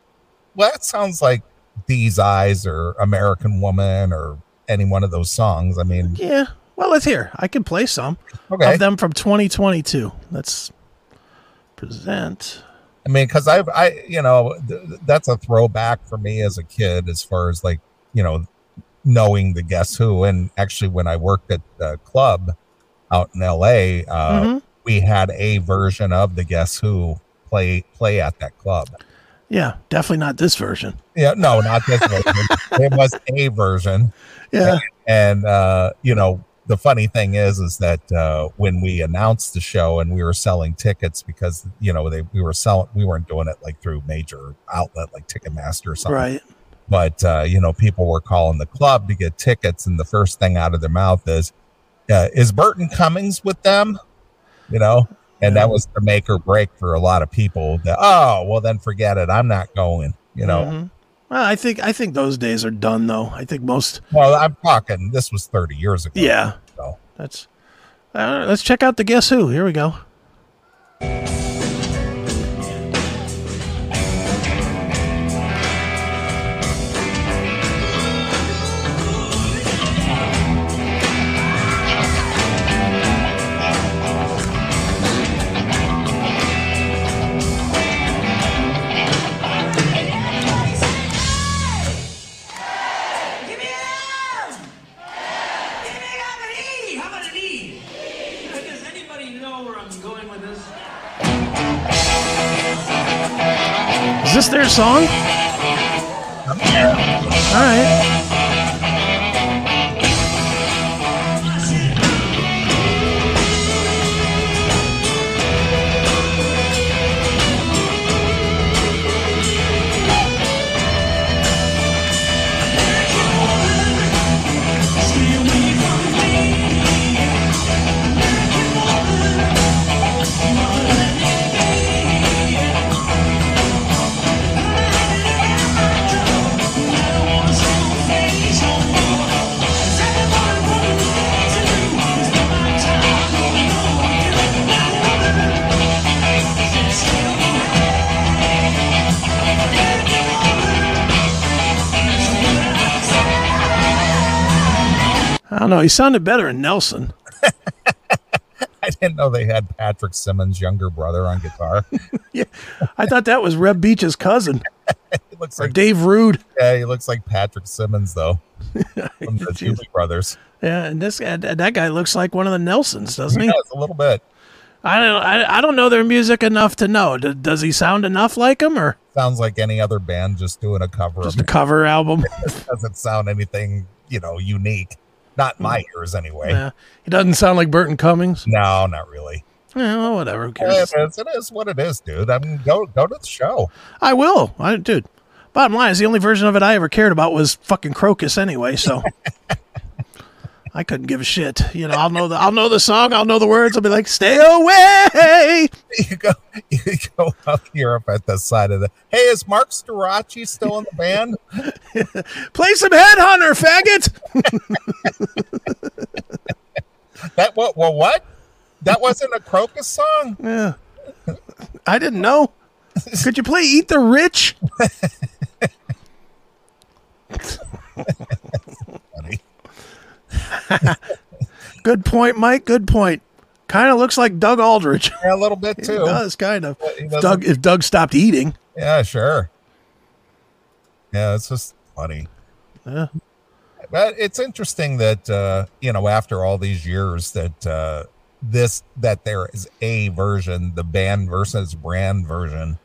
Speaker 2: well, that sounds like these eyes or American Woman or any one of those songs. I mean,
Speaker 3: yeah. Well, let's hear. I can play some
Speaker 2: okay.
Speaker 3: of them from 2022. Let's present.
Speaker 2: I mean, because I, I, you know, th- th- that's a throwback for me as a kid, as far as like, you know, knowing the Guess Who. And actually, when I worked at the club out in L.A., uh,
Speaker 3: Mhm.
Speaker 2: we had a version of the Guess Who play play at that club.
Speaker 3: Yeah, definitely not this version.
Speaker 2: Yeah, no, not this version. it was a version.
Speaker 3: Yeah,
Speaker 2: And uh, you know, the funny thing is, is that uh, when we announced the show and we were selling tickets because you know they we were selling we weren't doing it like through major outlet like Ticketmaster or something.
Speaker 3: right.
Speaker 2: But uh, you know, people were calling the club to get tickets, and the first thing out of their mouth is, uh, "Is Burton Cummings with them?" You know, and that was the make or break for a lot of people. That oh, well, then forget it. I'm not going. You know,
Speaker 3: Mhm. Well, I think I think those days are done though. I think most.
Speaker 2: well, I'm talking. This was 30 years ago.
Speaker 3: Yeah,
Speaker 2: So.
Speaker 3: that's. Uh, let's check out the Guess Who. Here we go.
Speaker 4: Give me an L! Give me an E! How about an E? Does anybody know where I'm going with this?
Speaker 3: Is this their song? All right. I don't know. He sounded better in Nelson.
Speaker 2: I didn't know they had Patrick Simmons' younger brother on guitar.
Speaker 3: Yeah, I thought that was Reb Beach's cousin
Speaker 2: He looks
Speaker 3: or
Speaker 2: like
Speaker 3: Dave Rude.
Speaker 2: yeah, he looks like Patrick Simmons though from the Doobie Brothers.
Speaker 3: Yeah, and this and and that guy looks like one of the Nelsons, doesn't he?
Speaker 2: Yeah, it's a little bit
Speaker 3: I don't. I, I don't know their music enough to know. D- does he sound enough like him, or
Speaker 2: sounds like any other band just doing a cover.
Speaker 3: just
Speaker 2: of
Speaker 3: a
Speaker 2: it.
Speaker 3: cover album?
Speaker 2: Doesn't sound anything you know unique. Not in my ears anyway.
Speaker 3: Mm. yeah, he doesn't sound like Burton Cummings.
Speaker 2: No, not really.
Speaker 3: Yeah, well, whatever. Who cares?
Speaker 2: It is, it is what it is, dude. I mean, go go to the show.
Speaker 3: I will. I dude. Bottom line is the only version of it I ever cared about was fucking Crocus anyway, so I couldn't give a shit. You know, I'll know the I'll know the song, I'll know the words, I'll be like, stay away.
Speaker 2: You go you go up here up at the side of the. Hey, is Mark Storacci still in the band?
Speaker 3: Play some headhunter, faggot.
Speaker 2: That what? Well, what? That wasn't a Crocus song.
Speaker 3: Yeah. I didn't know. Could you play Eat the Rich?
Speaker 2: Funny.
Speaker 3: Good point, Mike. Good point. Kind of looks like Doug Aldrich.
Speaker 2: Yeah, a little bit
Speaker 3: It
Speaker 2: too.
Speaker 3: does kind of.
Speaker 2: But he
Speaker 3: If
Speaker 2: doesn't-
Speaker 3: Doug, if Doug stopped eating,
Speaker 2: Yeah, sure. Yeah, it's just funny.
Speaker 3: Yeah.
Speaker 2: But it's interesting that uh, you know, after all these years that uh this that there is a version, the band versus brand version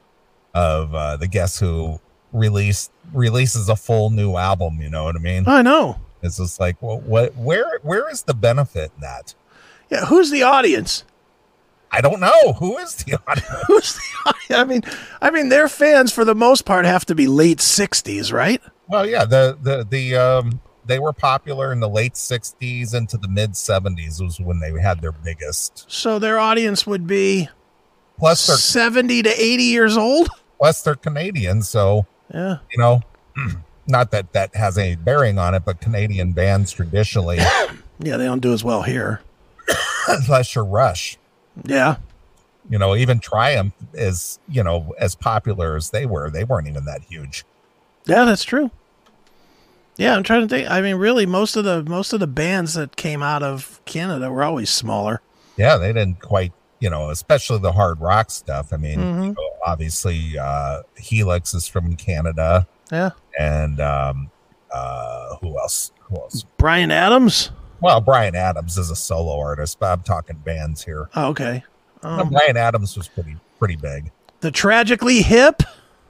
Speaker 2: of uh the Guess Who release releases a full new album, you know what I mean?
Speaker 3: I know.
Speaker 2: It's just like well, what where where is the benefit in that?
Speaker 3: Yeah, who's the audience?
Speaker 2: I don't know. Who is the audience?
Speaker 3: Who's the audience? I mean, I mean, their fans for the most part have to be late '60s, right?
Speaker 2: Well, yeah, the the the um they were popular in the late '60s into the mid '70s was when they had their biggest.
Speaker 3: So their audience would be
Speaker 2: Plus, they're
Speaker 3: 70 to 80 years old.
Speaker 2: plus they're Canadian, so
Speaker 3: Yeah,
Speaker 2: you know, not that that has any bearing on it, but Canadian bands traditionally,
Speaker 3: yeah, they don't do as well here.
Speaker 2: unless you're Rush,
Speaker 3: Yeah,
Speaker 2: you know, even Triumph is you know as popular as they were. They weren't even that huge.
Speaker 3: yeah, that's true. Yeah, I'm trying to think. I mean, really, most of the most of the bands that came out of Canada were always smaller.
Speaker 2: yeah they didn't quite you know especially the hard rock stuff i mean you know, obviously uh helix is from canada
Speaker 3: Yeah,
Speaker 2: and um uh who else who else
Speaker 3: Brian Adams.
Speaker 2: well brian adams is a solo artist but i'm talking bands here
Speaker 3: Oh, okay,
Speaker 2: And brian adams was pretty pretty big
Speaker 3: the Tragically Hip.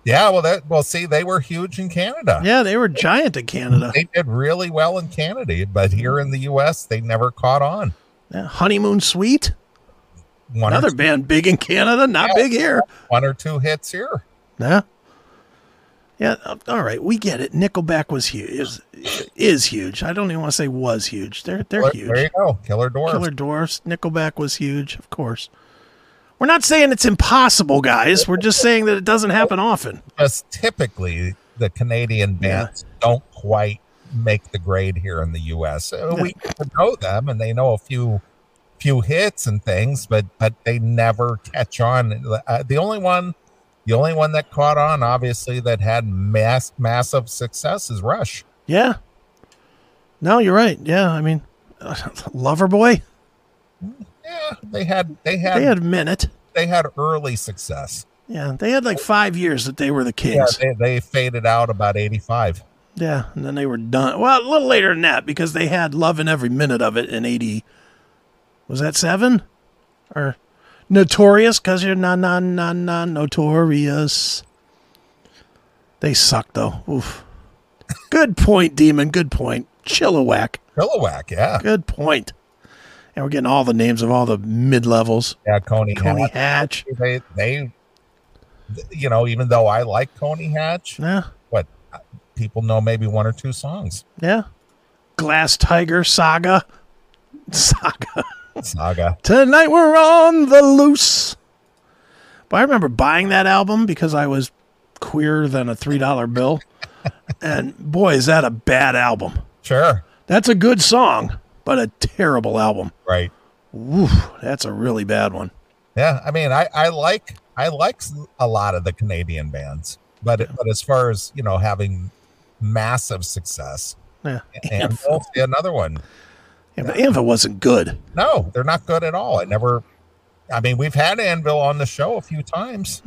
Speaker 2: yeah well that well see they were huge in canada
Speaker 3: Yeah, they were giant in Canada.
Speaker 2: they did really well in canada
Speaker 3: Mm-hmm.
Speaker 2: but here in the us they never caught on
Speaker 3: Yeah, Honeymoon Suite,
Speaker 2: one, or
Speaker 3: another
Speaker 2: two,
Speaker 3: band big in Canada, not big here.
Speaker 2: one or two hits here
Speaker 3: Yeah. Yeah. uh, All right. We get it. Nickelback was huge. Is, is huge. I don't even want to say was huge. They're they're
Speaker 2: There- there you
Speaker 3: huge.
Speaker 2: go killer dwarf
Speaker 3: Killer Dwarfs. Nickelback was huge, of course. We're not saying it's impossible, guys. We're just saying that it doesn't happen often.
Speaker 2: because typically the Canadian
Speaker 3: Yeah.
Speaker 2: bands don't quite make the grade here in the U.S. Uh, We know them, and they know a few few hits and things, but but they never catch on. Uh, the only one, the only one that caught on, obviously, that had mass massive success is Rush.
Speaker 3: Yeah. No, you're right. Yeah. I mean, Loverboy.
Speaker 2: Yeah, they had they had
Speaker 3: They had a minute.
Speaker 2: they had early success.
Speaker 3: Yeah. They had like five years that they were the
Speaker 2: Yeah,
Speaker 3: kings.
Speaker 2: they, they faded out about eighty five.
Speaker 3: Yeah, and then they were done. Well, a little later than that because they had love in every minute of it in eighty. Was that seven, or notorious? Cause you're na na na na notorious. They suck though. Oof. Good point, Demon. Good point. Chilliwack.
Speaker 2: Chilliwack, yeah,
Speaker 3: Good point. And we're getting all the names of all the mid levels.
Speaker 2: yeah, Coney,
Speaker 3: Coney
Speaker 2: Hatch.
Speaker 3: Hatch.
Speaker 2: they they you know even though i like coney hatch
Speaker 3: Yeah,
Speaker 2: what people know maybe one or two songs
Speaker 3: yeah. Glass Tiger Saga. Saga.
Speaker 2: saga
Speaker 3: Tonight we're on the loose. But I remember buying that album because I was queerer than a $3 bill. and boy, is that a bad album.
Speaker 2: sure
Speaker 3: That's a good song, but a terrible album.
Speaker 2: right
Speaker 3: Woof, that's a really bad one.
Speaker 2: yeah i mean i i like i like s- a lot of the canadian bands but but as far as you know having massive success
Speaker 3: Yeah.
Speaker 2: and we'll see another one
Speaker 3: Yeah, but Anvil wasn't good.
Speaker 2: no they're not good at all i never i mean we've had anvil on the show a few times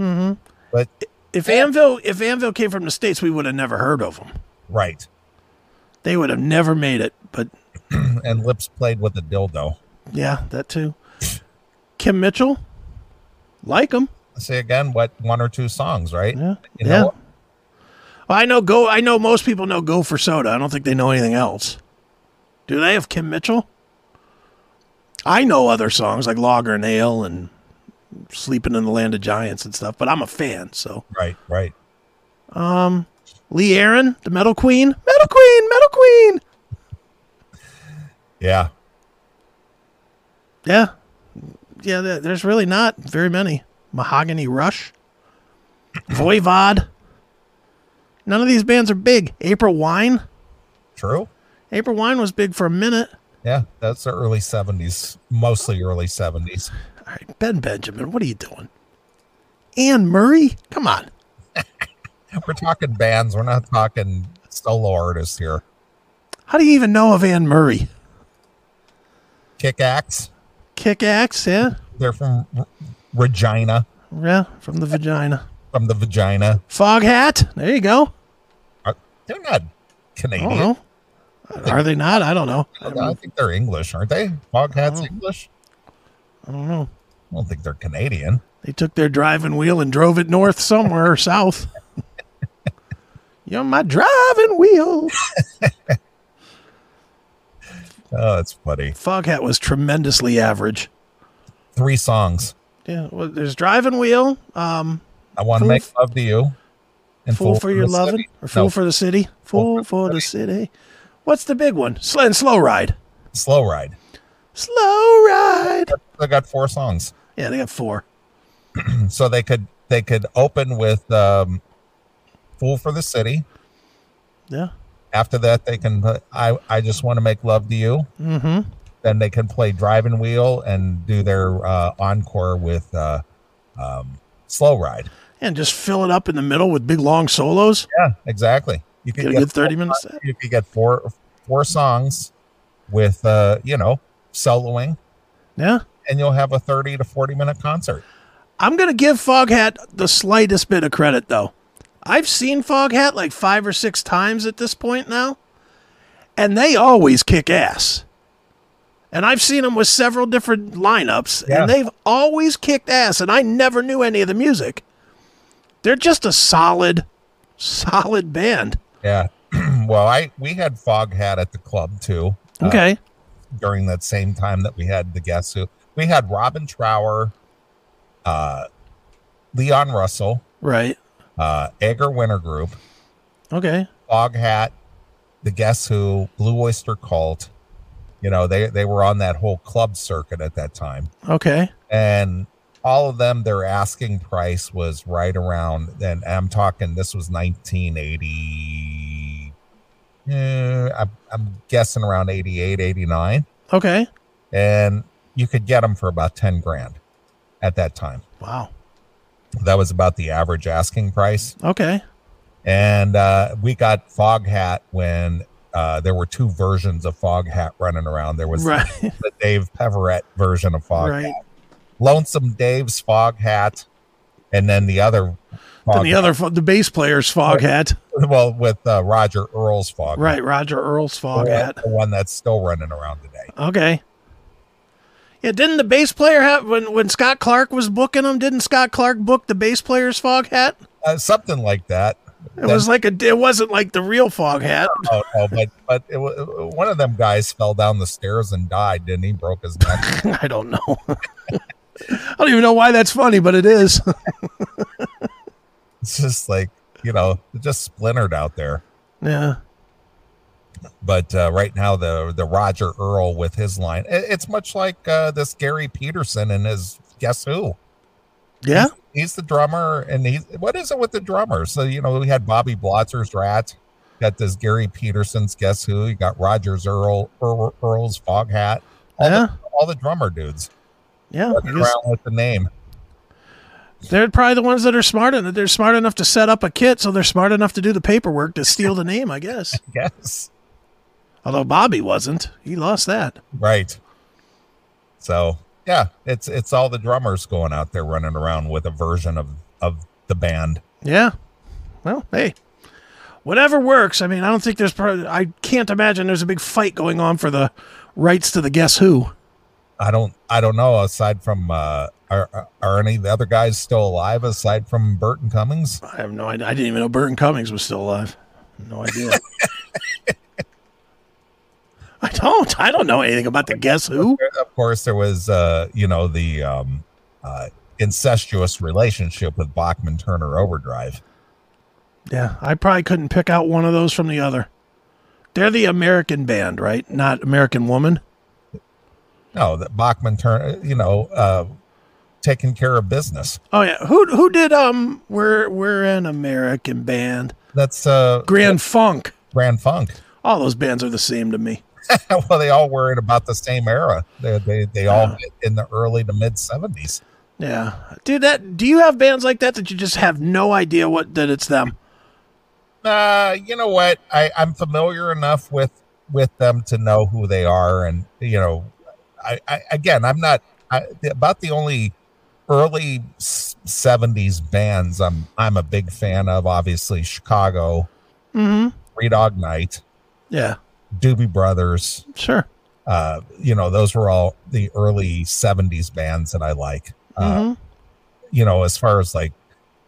Speaker 2: but
Speaker 3: If Anvil if Anvil came from the States, we would have never heard of them.
Speaker 2: right
Speaker 3: They would have never made it, but
Speaker 2: and lips played with a dildo
Speaker 3: yeah, that too. Kim Mitchell, like him.
Speaker 2: say again what one or two songs right
Speaker 3: Yeah.
Speaker 2: you know
Speaker 3: Well, I know go. I know most people know Go for Soda. I don't think they know anything else. Do they have Kim Mitchell? I know other songs like Lager and Ale and Sleeping in the Land of Giants and stuff, but I'm a fan. So
Speaker 2: right right
Speaker 3: Lee Aaron, the Metal Queen, Metal Queen, Metal Queen.
Speaker 2: yeah
Speaker 3: Yeah, yeah. there- There's really not very many. Mahogany Rush, Voivod. None of these bands are big. April Wine.
Speaker 2: true
Speaker 3: April Wine was big for a minute.
Speaker 2: yeah that's the early 70s mostly early 70s
Speaker 3: All right, Ben Benjamin, what are you doing? Anne Murray? Come on.
Speaker 2: we're talking bands we're not talking solo artists here
Speaker 3: How do you even know of Anne Murray?
Speaker 2: kick axe
Speaker 3: Kick axe, yeah.
Speaker 2: They're from R- Regina,
Speaker 3: Yeah, from the vagina.
Speaker 2: from the vagina.
Speaker 3: Fog hat. There you go.
Speaker 2: Are- They're not
Speaker 3: I don't
Speaker 2: Canadian.
Speaker 3: know. Are they not? I don't know. I
Speaker 2: I think they're English, aren't they? Fog hats English?
Speaker 3: don't know.
Speaker 2: I don't think they're Canadian.
Speaker 3: They took their driving wheel and drove it north somewhere or south. You're my driving wheel.
Speaker 2: Oh, that's funny.
Speaker 3: Foghat was tremendously average.
Speaker 2: Three songs.
Speaker 3: Yeah, well, there's driving wheel, um,
Speaker 2: I want to
Speaker 3: Fool
Speaker 2: make
Speaker 3: f-
Speaker 2: love to you. And
Speaker 3: fool for
Speaker 2: the
Speaker 3: your
Speaker 2: City.
Speaker 3: loving, or fool
Speaker 2: No,
Speaker 3: for the city, fool for the city. What's the big one? Sl- and slow ride,
Speaker 2: slow ride.
Speaker 3: slow ride.
Speaker 2: They got four songs,
Speaker 3: Yeah, they got four.
Speaker 2: so they could they could open with um, "Fool for the City."
Speaker 3: Yeah,
Speaker 2: After that, they can put "I I just want to make love to you." Mm-hmm. Then they can play "Driving Wheel" and do their uh, encore with uh, um, "Slow Ride."
Speaker 3: and just fill it up in the middle with big long solos.
Speaker 2: Yeah, exactly. You could
Speaker 3: Get a good thirty minutes. set.
Speaker 2: you could get four four songs with uh, you know soloing,
Speaker 3: Yeah,
Speaker 2: and you'll have a thirty to forty minute concert.
Speaker 3: I'm gonna give Foghat the slightest bit of credit though. I've seen Foghat like five or six times at this point now, and they always kick ass. And I've seen them with several different lineups,
Speaker 2: Yeah.
Speaker 3: and they've always kicked ass. And I never knew any of the music. They're just a solid, solid band.
Speaker 2: Yeah. well, I we had Fog Hat at the club too
Speaker 3: Okay,
Speaker 2: during that same time that we had the guests who we had Robin Trower, uh, Leon Russell,
Speaker 3: right?
Speaker 2: uh, Edgar Winter Group,
Speaker 3: Okay,
Speaker 2: Fog Hat, the Guess Who, Blue Oyster Cult. You know, they they were on that whole club circuit at that time,
Speaker 3: okay,
Speaker 2: and all of them their asking price was right around. And I'm talking this was 1980. eh, I'm, I'm guessing around 88, 89
Speaker 3: okay.
Speaker 2: and you could get them for about 10 grand at that time.
Speaker 3: Wow.
Speaker 2: That was about the average asking price.
Speaker 3: Okay.
Speaker 2: And uh, we got Fog Hat when uh, there were two versions of Fog Hat running around. There was
Speaker 3: Right.
Speaker 2: the Dave Peverett version of Fog
Speaker 3: right.
Speaker 2: Hat, Lonesome Dave's Fog Hat, and then the other. Fog
Speaker 3: And the other, fo- the bass player's Foghat.
Speaker 2: Hat- well, with uh, Roger Earl's Fog
Speaker 3: Right. Roger Earl's
Speaker 2: Hat, the one-
Speaker 3: Foghat.
Speaker 2: the one that's still running around today.
Speaker 3: Okay. Yeah, didn't the bass player have when when Scott Clark was booking them? Didn't Scott Clark book the bass player's fog hat?
Speaker 2: Uh, something like that.
Speaker 3: It was like a. It wasn't like the real fog hat.
Speaker 2: Oh no, but but it, wa- one of them guys fell down the stairs and died, didn't he? Broke his neck.
Speaker 3: I don't know. I don't even know why that's funny, but it is.
Speaker 2: It's just like you know, it just splintered out there.
Speaker 3: yeah.
Speaker 2: But uh, right now, the the Roger Earl with his line, it, it's much like uh, this Gary Peterson and his Guess Who.
Speaker 3: Yeah.
Speaker 2: He's the drummer, and he's what is it with the drummer? So you know, we had Bobby Blotzer's Rat, got this Gary Peterson's Guess Who, you got Roger's Earl, Earl Earl's Fog Hat, all,
Speaker 3: Yeah.
Speaker 2: the, all the drummer dudes
Speaker 3: Yeah. I
Speaker 2: running
Speaker 3: guess
Speaker 2: around with the name.
Speaker 3: they're probably the ones that are smart and they're smart enough to set up a kit, so they're smart enough to do the paperwork to steal the name. I guess.
Speaker 2: Yes.
Speaker 3: Although Bobby wasn't, he lost that.
Speaker 2: Right. So yeah, it's it's all the drummers going out there running around with a version of of the band.
Speaker 3: Yeah. Well, hey, whatever works. I mean, I don't think there's. Probably, I can't imagine there's a big fight going on for the rights to the Guess Who.
Speaker 2: I don't I don't know aside from uh are are any of the other guys still alive aside from Burton Cummings?
Speaker 3: I have no idea. I didn't even know Burton Cummings was still alive. No idea. I don't. I don't know anything about the Guess Who.
Speaker 2: Of course there was uh you know the um uh incestuous relationship with Bachman Turner Overdrive.
Speaker 3: Yeah, I probably couldn't pick out one of those from the other. They're the American band, right? Not American Woman.
Speaker 2: No, that Bachman Turner, you know, uh taking care of business.
Speaker 3: Oh yeah, who who did um? We're we're an American band.
Speaker 2: That's uh
Speaker 3: Grand Funk.
Speaker 2: Grand Funk.
Speaker 3: All those bands are the same to me.
Speaker 2: well, they all were in about the same era. They they, they all hit in the early to mid seventies.
Speaker 3: Yeah, dude. That do you have bands like that that you just have no idea what that it's them?
Speaker 2: Uh, you know what? I I'm familiar enough with with them to know who they are, and you know, I, I again, I'm not I, the- about the only early s- 70s bands I'm I'm a big fan of. Obviously, Chicago,
Speaker 3: Mm-hmm.
Speaker 2: Three Dog Night,
Speaker 3: Yeah.
Speaker 2: Doobie Brothers.
Speaker 3: Sure.
Speaker 2: Uh, you know, those were all the early 70s bands that I like. Uh,
Speaker 3: hmm
Speaker 2: you know, as far as like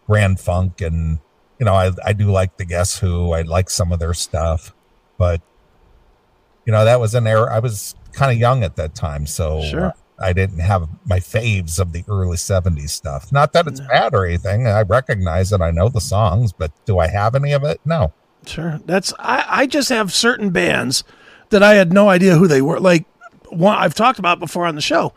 Speaker 2: Grand Funk and you know, I I do like the Guess Who. I like some of their stuff, but you know, that was an era. I was kind of young at that time, so
Speaker 3: Sure.
Speaker 2: I didn't have my faves of the early '70s stuff. Not that it's
Speaker 3: No.
Speaker 2: bad or anything. I recognize it. I know the songs, but do I have any of it? No.
Speaker 3: Sure. That's I, I just have certain bands that I had no idea who they were. Like one I've talked about before on the show.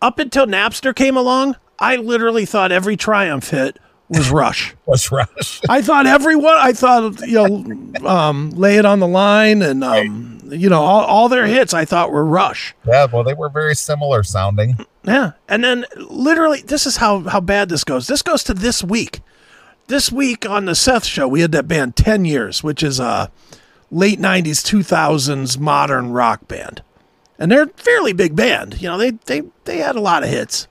Speaker 3: Up until Napster came along, I literally thought every Triumph hit was Rush.
Speaker 2: Was Rush?
Speaker 3: I thought everyone I thought you know um, lay it on the line and um, you know all, all their hits I thought were Rush.
Speaker 2: yeah. Well, they were very similar sounding.
Speaker 3: Yeah. And then literally this is how how bad this goes. This goes to this week. This week on the Seth show, we had that band 10 Years, which is a late 90s 2000s modern rock band. And they're a fairly big band. You know, they they they had a lot of hits.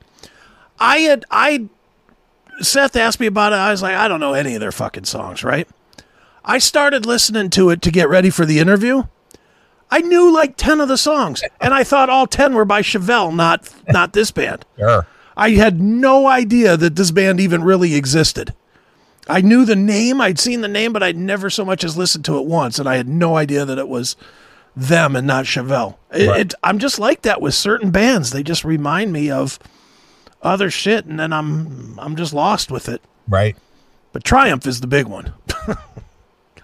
Speaker 3: I had I Seth asked me about it. I was like, I don't know any of their fucking songs, right? I started listening to it to get ready for the interview. I knew like 10 of the songs, and I thought all 10 were by Chevelle, not not this band.
Speaker 2: Sure.
Speaker 3: I had no idea that this band even really existed. I knew the name, I'd seen the name, but I'd never so much as listened to it once, and I had no idea that it was them and not Chevelle. It,
Speaker 2: Right.
Speaker 3: it- I'm just like that with certain bands; they just remind me of other shit, and then I'm I'm just lost with it.
Speaker 2: Right.
Speaker 3: But Triumph is the big one.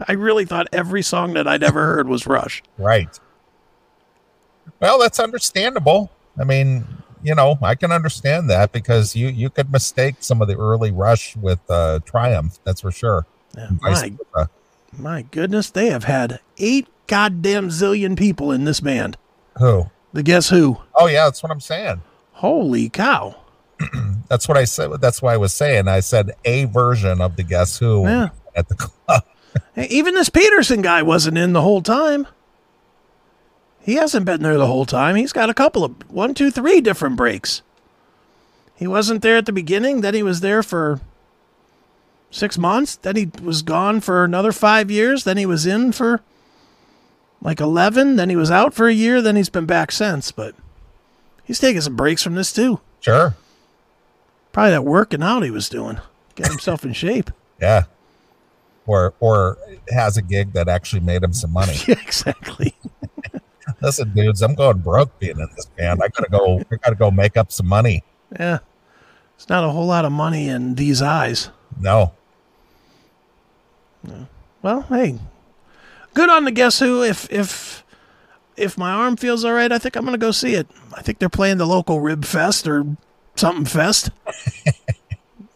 Speaker 3: I really thought every song that I'd ever heard was Rush.
Speaker 2: Right. Well, that's understandable. I mean, you know, I can understand that because you you could mistake some of the early rush with uh Triumph, that's for sure.
Speaker 3: Yeah,
Speaker 2: I s-
Speaker 3: my
Speaker 2: uh,
Speaker 3: My goodness, they have had eight goddamn zillion people in this band.
Speaker 2: who?
Speaker 3: The guess who?
Speaker 2: Oh yeah, that's what I'm saying.
Speaker 3: Holy cow.
Speaker 2: That's what I said. That's what I was saying. I said a version of the Guess Who
Speaker 3: Yeah.
Speaker 2: at the club.
Speaker 3: Hey, even this Peterson guy wasn't in the whole time. He hasn't been there the whole time. He's got a couple of one, two, three different breaks. He wasn't there at the beginning, then he was there for six months, then he was gone for another five years, then he was in for like 11, then he was out for a year, then he's been back since. But he's taking some breaks from this too.
Speaker 2: Sure.
Speaker 3: Probably that working out he was doing, getting himself in shape.
Speaker 2: Yeah. Or or has a gig that actually made him some money.
Speaker 3: Yeah, exactly.
Speaker 2: Listen, dudes, I'm going broke being in this band. I gotta go. I gotta go make up some money.
Speaker 3: Yeah. It's not a whole lot of money in these eyes.
Speaker 2: No.
Speaker 3: Well, hey. Good on the guess who if if if my arm feels all right, I think I'm going to go see it. I think they're playing the local rib fest or something fest.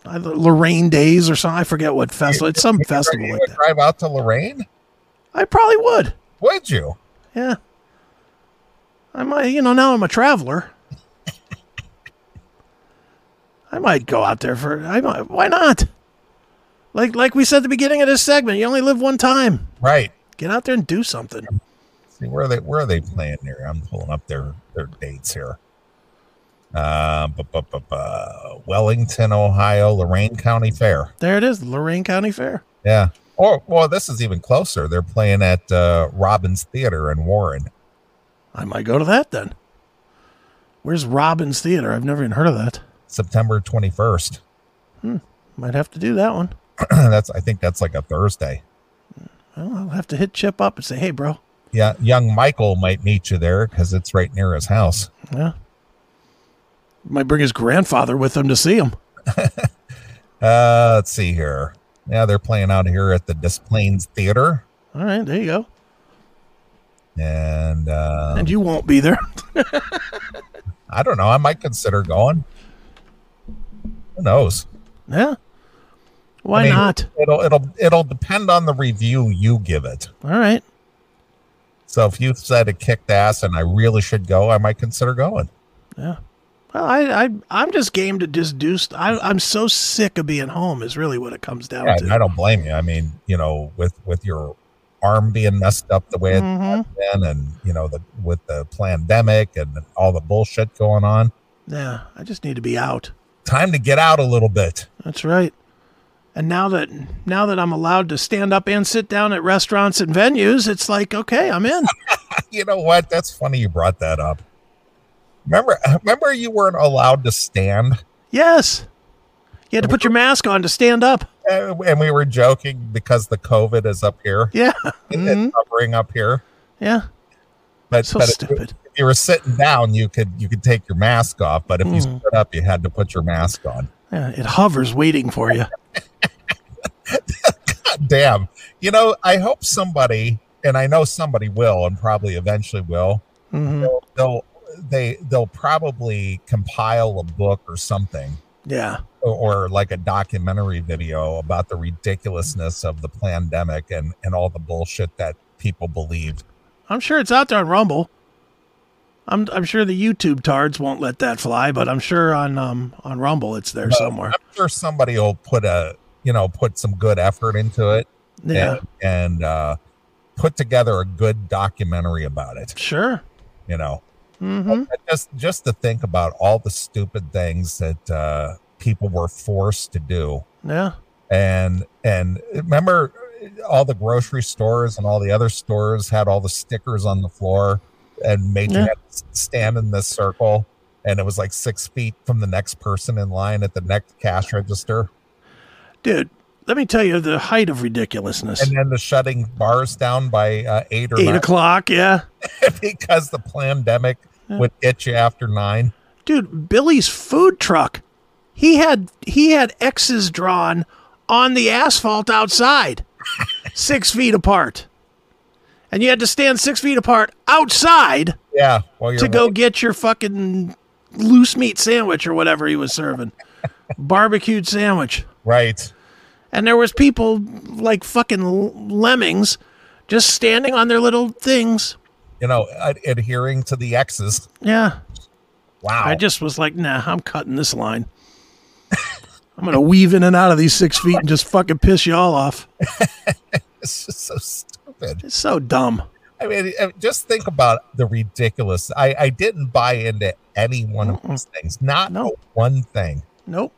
Speaker 3: I- Lorraine Days or something. I forget what festival. It's some
Speaker 2: You would-
Speaker 3: festival
Speaker 2: you
Speaker 3: like
Speaker 2: would
Speaker 3: that.
Speaker 2: Drive out to Lorraine?
Speaker 3: I probably would.
Speaker 2: Would you?
Speaker 3: Yeah. I might, you know, now I'm a traveler. I might go out there for I might why not? Like like we said at the beginning of this segment, you only live one time.
Speaker 2: Right.
Speaker 3: Get out there and do something.
Speaker 2: See where are they where are they playing here? I'm pulling up their their dates here. Uh, bu- bu- bu- bu- Wellington, Ohio, Lorraine County Fair.
Speaker 3: There it is, Lorraine County Fair.
Speaker 2: Yeah. Or well, this is even closer. They're playing at uh, Robbins Theater in Warren.
Speaker 3: I might go to that then. Where's Robbins Theater? I've never even heard of that.
Speaker 2: September 21st.
Speaker 3: Might have to do that one.
Speaker 2: that's I think that's like a Thursday.
Speaker 3: Well, I'll have to hit Chip up and say, "Hey, bro."
Speaker 2: Yeah, young Michael might meet you there because it's right near his house.
Speaker 3: Yeah. Might bring his grandfather with him to see him.
Speaker 2: Uh, let's see here. Yeah, they're playing out here at the Des Plaines Theater,
Speaker 3: All right, there you go.
Speaker 2: and uh,
Speaker 3: And you won't be there.
Speaker 2: I don't know. I might consider going. Who knows?
Speaker 3: Yeah. Why
Speaker 2: I mean,
Speaker 3: not?
Speaker 2: It'll it'll it'll depend on the review you give it.
Speaker 3: All right.
Speaker 2: So if you said it kicked ass and I really should go, I might consider going.
Speaker 3: Well, I, I I'm just game to just do. St- I, I'm so sick of being home. Is really what it comes down
Speaker 2: Yeah, and
Speaker 3: to.
Speaker 2: I don't blame you. I mean, you know, with with your arm being messed up the way it has
Speaker 3: Mm-hmm.
Speaker 2: been, and you know the with the pandemic and all the bullshit going on.
Speaker 3: Yeah, I just need to be out.
Speaker 2: Time to get out a little bit.
Speaker 3: That's right. And now that now that I'm allowed to stand up and sit down at restaurants and venues, it's like, okay, I'm in.
Speaker 2: You know what? That's funny you brought that up. Remember, remember you weren't allowed to stand
Speaker 3: yes. You had to put your mask on to stand up.
Speaker 2: Uh, and we were joking because the COVID is up here
Speaker 3: Yeah.
Speaker 2: and it's hovering up here.
Speaker 3: Yeah.
Speaker 2: But,
Speaker 3: So
Speaker 2: but if-
Speaker 3: stupid.
Speaker 2: If you were sitting down, you could you could take your mask off. But if you
Speaker 3: Mm.
Speaker 2: stood up, you had to put your mask on.
Speaker 3: Yeah. It hovers waiting for you.
Speaker 2: God damn! You know, I hope somebody, and I know somebody will, and probably eventually will.
Speaker 3: hmm
Speaker 2: They'll, they'll they they'll probably compile a book or something
Speaker 3: Yeah.
Speaker 2: or like a documentary video about the ridiculousness of the pandemic and and all the bullshit that people believed.
Speaker 3: I'm sure it's out there on Rumble. I'm I'm sure the YouTube tards won't let that fly, but I'm sure on um on Rumble it's there somewhere.
Speaker 2: I'm sure somebody will put a you know put some good effort into it
Speaker 3: Yeah.
Speaker 2: and, and uh, put together a good documentary about it.
Speaker 3: Sure.
Speaker 2: You know,
Speaker 3: hmm
Speaker 2: But just just to think about all the stupid things that uh, people were forced to do
Speaker 3: Yeah.
Speaker 2: and and remember all the grocery stores and all the other stores had all the stickers on the floor and made
Speaker 3: Yeah.
Speaker 2: you have to stand in this circle and it was like six feet from the next person in line at the next cash register
Speaker 3: Dude, let me tell you the height of ridiculousness.
Speaker 2: and then the shutting bars down by uh, eight or
Speaker 3: Eight
Speaker 2: nine
Speaker 3: o'clock, yeah.
Speaker 2: because the pandemic would get you after nine
Speaker 3: dude billy's food truck he had he had x's drawn on the asphalt outside six feet apart and you had to stand six feet apart outside
Speaker 2: yeah well you're
Speaker 3: to go get your fucking loose meat sandwich or whatever he was serving barbecued sandwich
Speaker 2: right
Speaker 3: and there was people like fucking lemmings just standing on their little things
Speaker 2: you know ad- adhering to the x's
Speaker 3: yeah
Speaker 2: wow
Speaker 3: I just was like, nah, I'm cutting this line. I'm gonna weave in and out of these six feet and just fucking piss you all off.
Speaker 2: it's just so stupid
Speaker 3: It's so dumb.
Speaker 2: I mean, I- just think about the ridiculous. I, I didn't buy into any one of those things, not
Speaker 3: No.
Speaker 2: a one thing.
Speaker 3: Nope.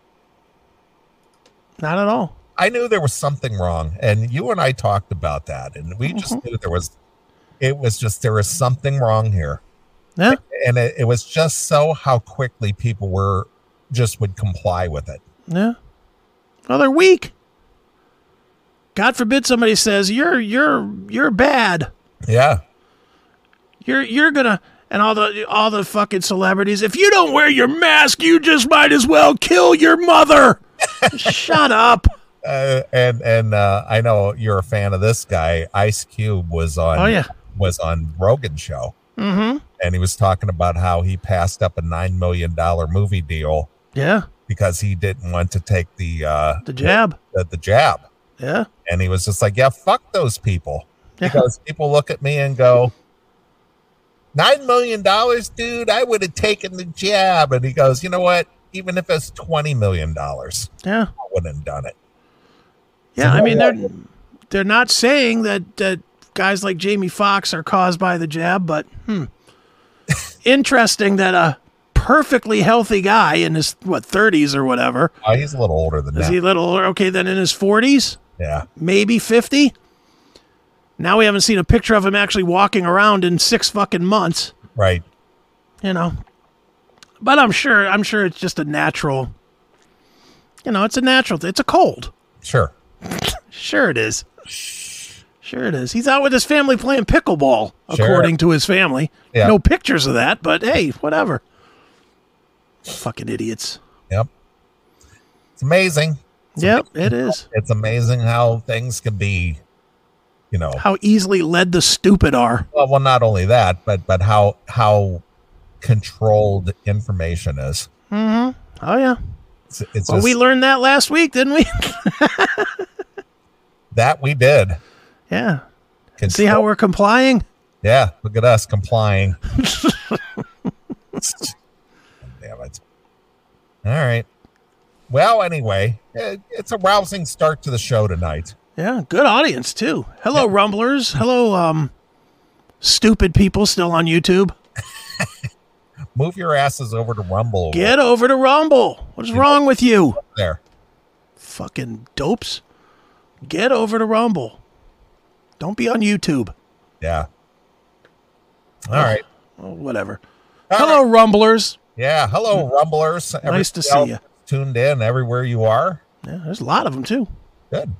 Speaker 3: Not at all.
Speaker 2: I knew there was something wrong, and you and I talked about that, and we just
Speaker 3: Mm-hmm.
Speaker 2: knew there was. It was just there was something wrong here,
Speaker 3: Yeah.
Speaker 2: and it, it was just so how quickly people were just would comply with it.
Speaker 3: Yeah. Well, they're weak. God forbid somebody says, You're you're you're bad.
Speaker 2: Yeah,
Speaker 3: You're you're gonna and all the all the fucking celebrities, if you don't wear your mask, you just might as well kill your mother. Shut up.
Speaker 2: uh, and and uh, I know you're a fan of this guy. Ice Cube was on.
Speaker 3: Oh, yeah. Mm-hmm.
Speaker 2: was on Rogan show, and he was talking about how he passed up a nine million dollar movie deal
Speaker 3: Yeah.
Speaker 2: because he didn't want to take the uh,
Speaker 3: The jab.
Speaker 2: the, the jab,
Speaker 3: Yeah.
Speaker 2: and he was just like, "Yeah, fuck those people,"
Speaker 3: Yeah.
Speaker 2: because people look at me and go. Nine million dollars, dude. I would have taken the jab. And he goes, you know what? Even if it's twenty million dollars,
Speaker 3: Yeah.
Speaker 2: I wouldn't have done it.
Speaker 3: Yeah, I mean they're they're not saying that that guys like Jamie Foxx are caused by the jab, but hmm. Interesting that a perfectly healthy guy in his what 30s or whatever.
Speaker 2: Oh, he's a little older than
Speaker 3: Is
Speaker 2: that.
Speaker 3: he a little older? okay then in his 40s,
Speaker 2: yeah.
Speaker 3: maybe 50? Now we haven't seen a picture of him actually walking around in 6 fucking months,
Speaker 2: Right.
Speaker 3: you know. But I'm sure I'm sure it's just a natural you know, it's a natural it's a cold.
Speaker 2: Sure.
Speaker 3: Sure it is. Sure it is. He's out with his family playing pickleball,
Speaker 2: Sure.
Speaker 3: according to his family.
Speaker 2: Yeah.
Speaker 3: No pictures of that, but hey, whatever. Fucking idiots.
Speaker 2: Yep. It's amazing.
Speaker 3: Yep, it is.
Speaker 2: It's amazing how things can be, you know,
Speaker 3: How easily led the stupid are.
Speaker 2: well, well, not only that, but but how how controlled information is.
Speaker 3: Oh yeah.
Speaker 2: It's, it's
Speaker 3: Well,
Speaker 2: just,
Speaker 3: we learned that last week, didn't we?
Speaker 2: that we did.
Speaker 3: yeah. See
Speaker 2: Control-
Speaker 3: how we're complying?
Speaker 2: yeah, look at us complying. Damn it! eh, All right. Well, anyway, it, it's a rousing start to the show tonight.
Speaker 3: Yeah, good audience too. Hello, Rumblers. Hello, um, stupid people still on YouTube.
Speaker 2: Move your asses over to Rumble. over
Speaker 3: Get over to Rumble. What is wrong with you?
Speaker 2: there.
Speaker 3: Fucking dopes. Get over to Rumble. Don't be on YouTube.
Speaker 2: Yeah. All right.
Speaker 3: Oh, whatever.
Speaker 2: All
Speaker 3: Hello, Rumblers.
Speaker 2: Yeah. Hello, Rumblers.
Speaker 3: Nice to
Speaker 2: Everybody
Speaker 3: see
Speaker 2: else
Speaker 3: ya.
Speaker 2: Tuned in everywhere you are.
Speaker 3: Yeah, there's a lot of them too.
Speaker 2: Good.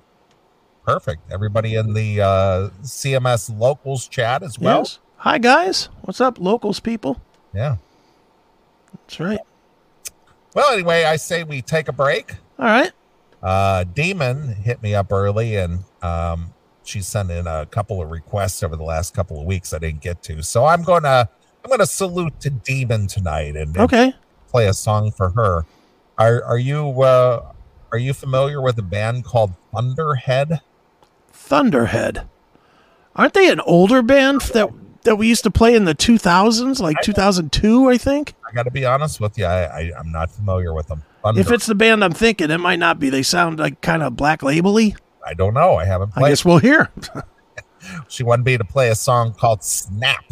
Speaker 2: Perfect. Everybody in the uh, CMS locals chat as well.
Speaker 3: yes. Hi, guys. What's up, locals people?
Speaker 2: Yeah.
Speaker 3: That's right.
Speaker 2: Well, anyway, I say we take a break.
Speaker 3: All right.
Speaker 2: Uh, Demon hit me up early and um, she sent in a couple of requests over the last couple of weeks I didn't get to. So I'm gonna I'm gonna salute to Demon tonight and, and
Speaker 3: Okay.
Speaker 2: play a song for her. Are are you uh, are you familiar with a band called Thunderhead?
Speaker 3: Thunderhead. Aren't they an older band that that we used to play in the 2000s, like 2002, I think?
Speaker 2: I got to be honest with you, I, I I'm not familiar with them. Thunder,
Speaker 3: If it's the band I'm thinking, it might not be. They sound like kind of black labely.
Speaker 2: I don't know. I haven't
Speaker 3: I
Speaker 2: played.
Speaker 3: guess we'll hear.
Speaker 2: She wanted me to play a song called Snap.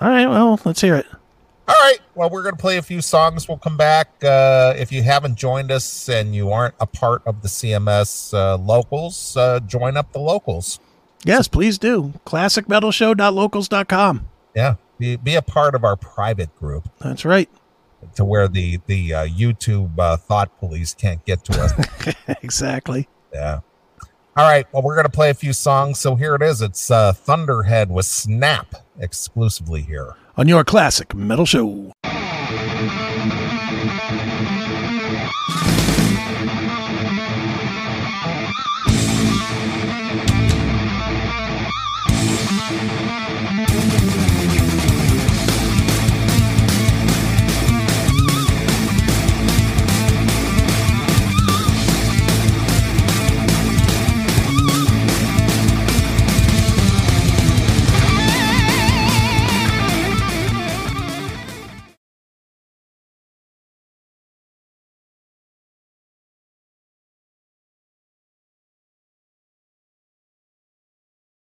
Speaker 3: All right, well, let's hear it.
Speaker 2: All right. Well, we're going to play a few songs. We'll come back. Uh, if you haven't joined us and you aren't a part of the CMS uh, locals, uh, join up the locals.
Speaker 3: Yes, please do. ClassicMetalShow.locals.com.
Speaker 2: Yeah. Be, be a part of our private group
Speaker 3: That's right.
Speaker 2: to where the, the uh, YouTube uh, thought police can't get to us.
Speaker 3: exactly.
Speaker 2: yeah. All right. Well, we're going to play a few songs. So here it is. It's uh, Thunderhead with Snap exclusively here.
Speaker 3: On your classic metal show.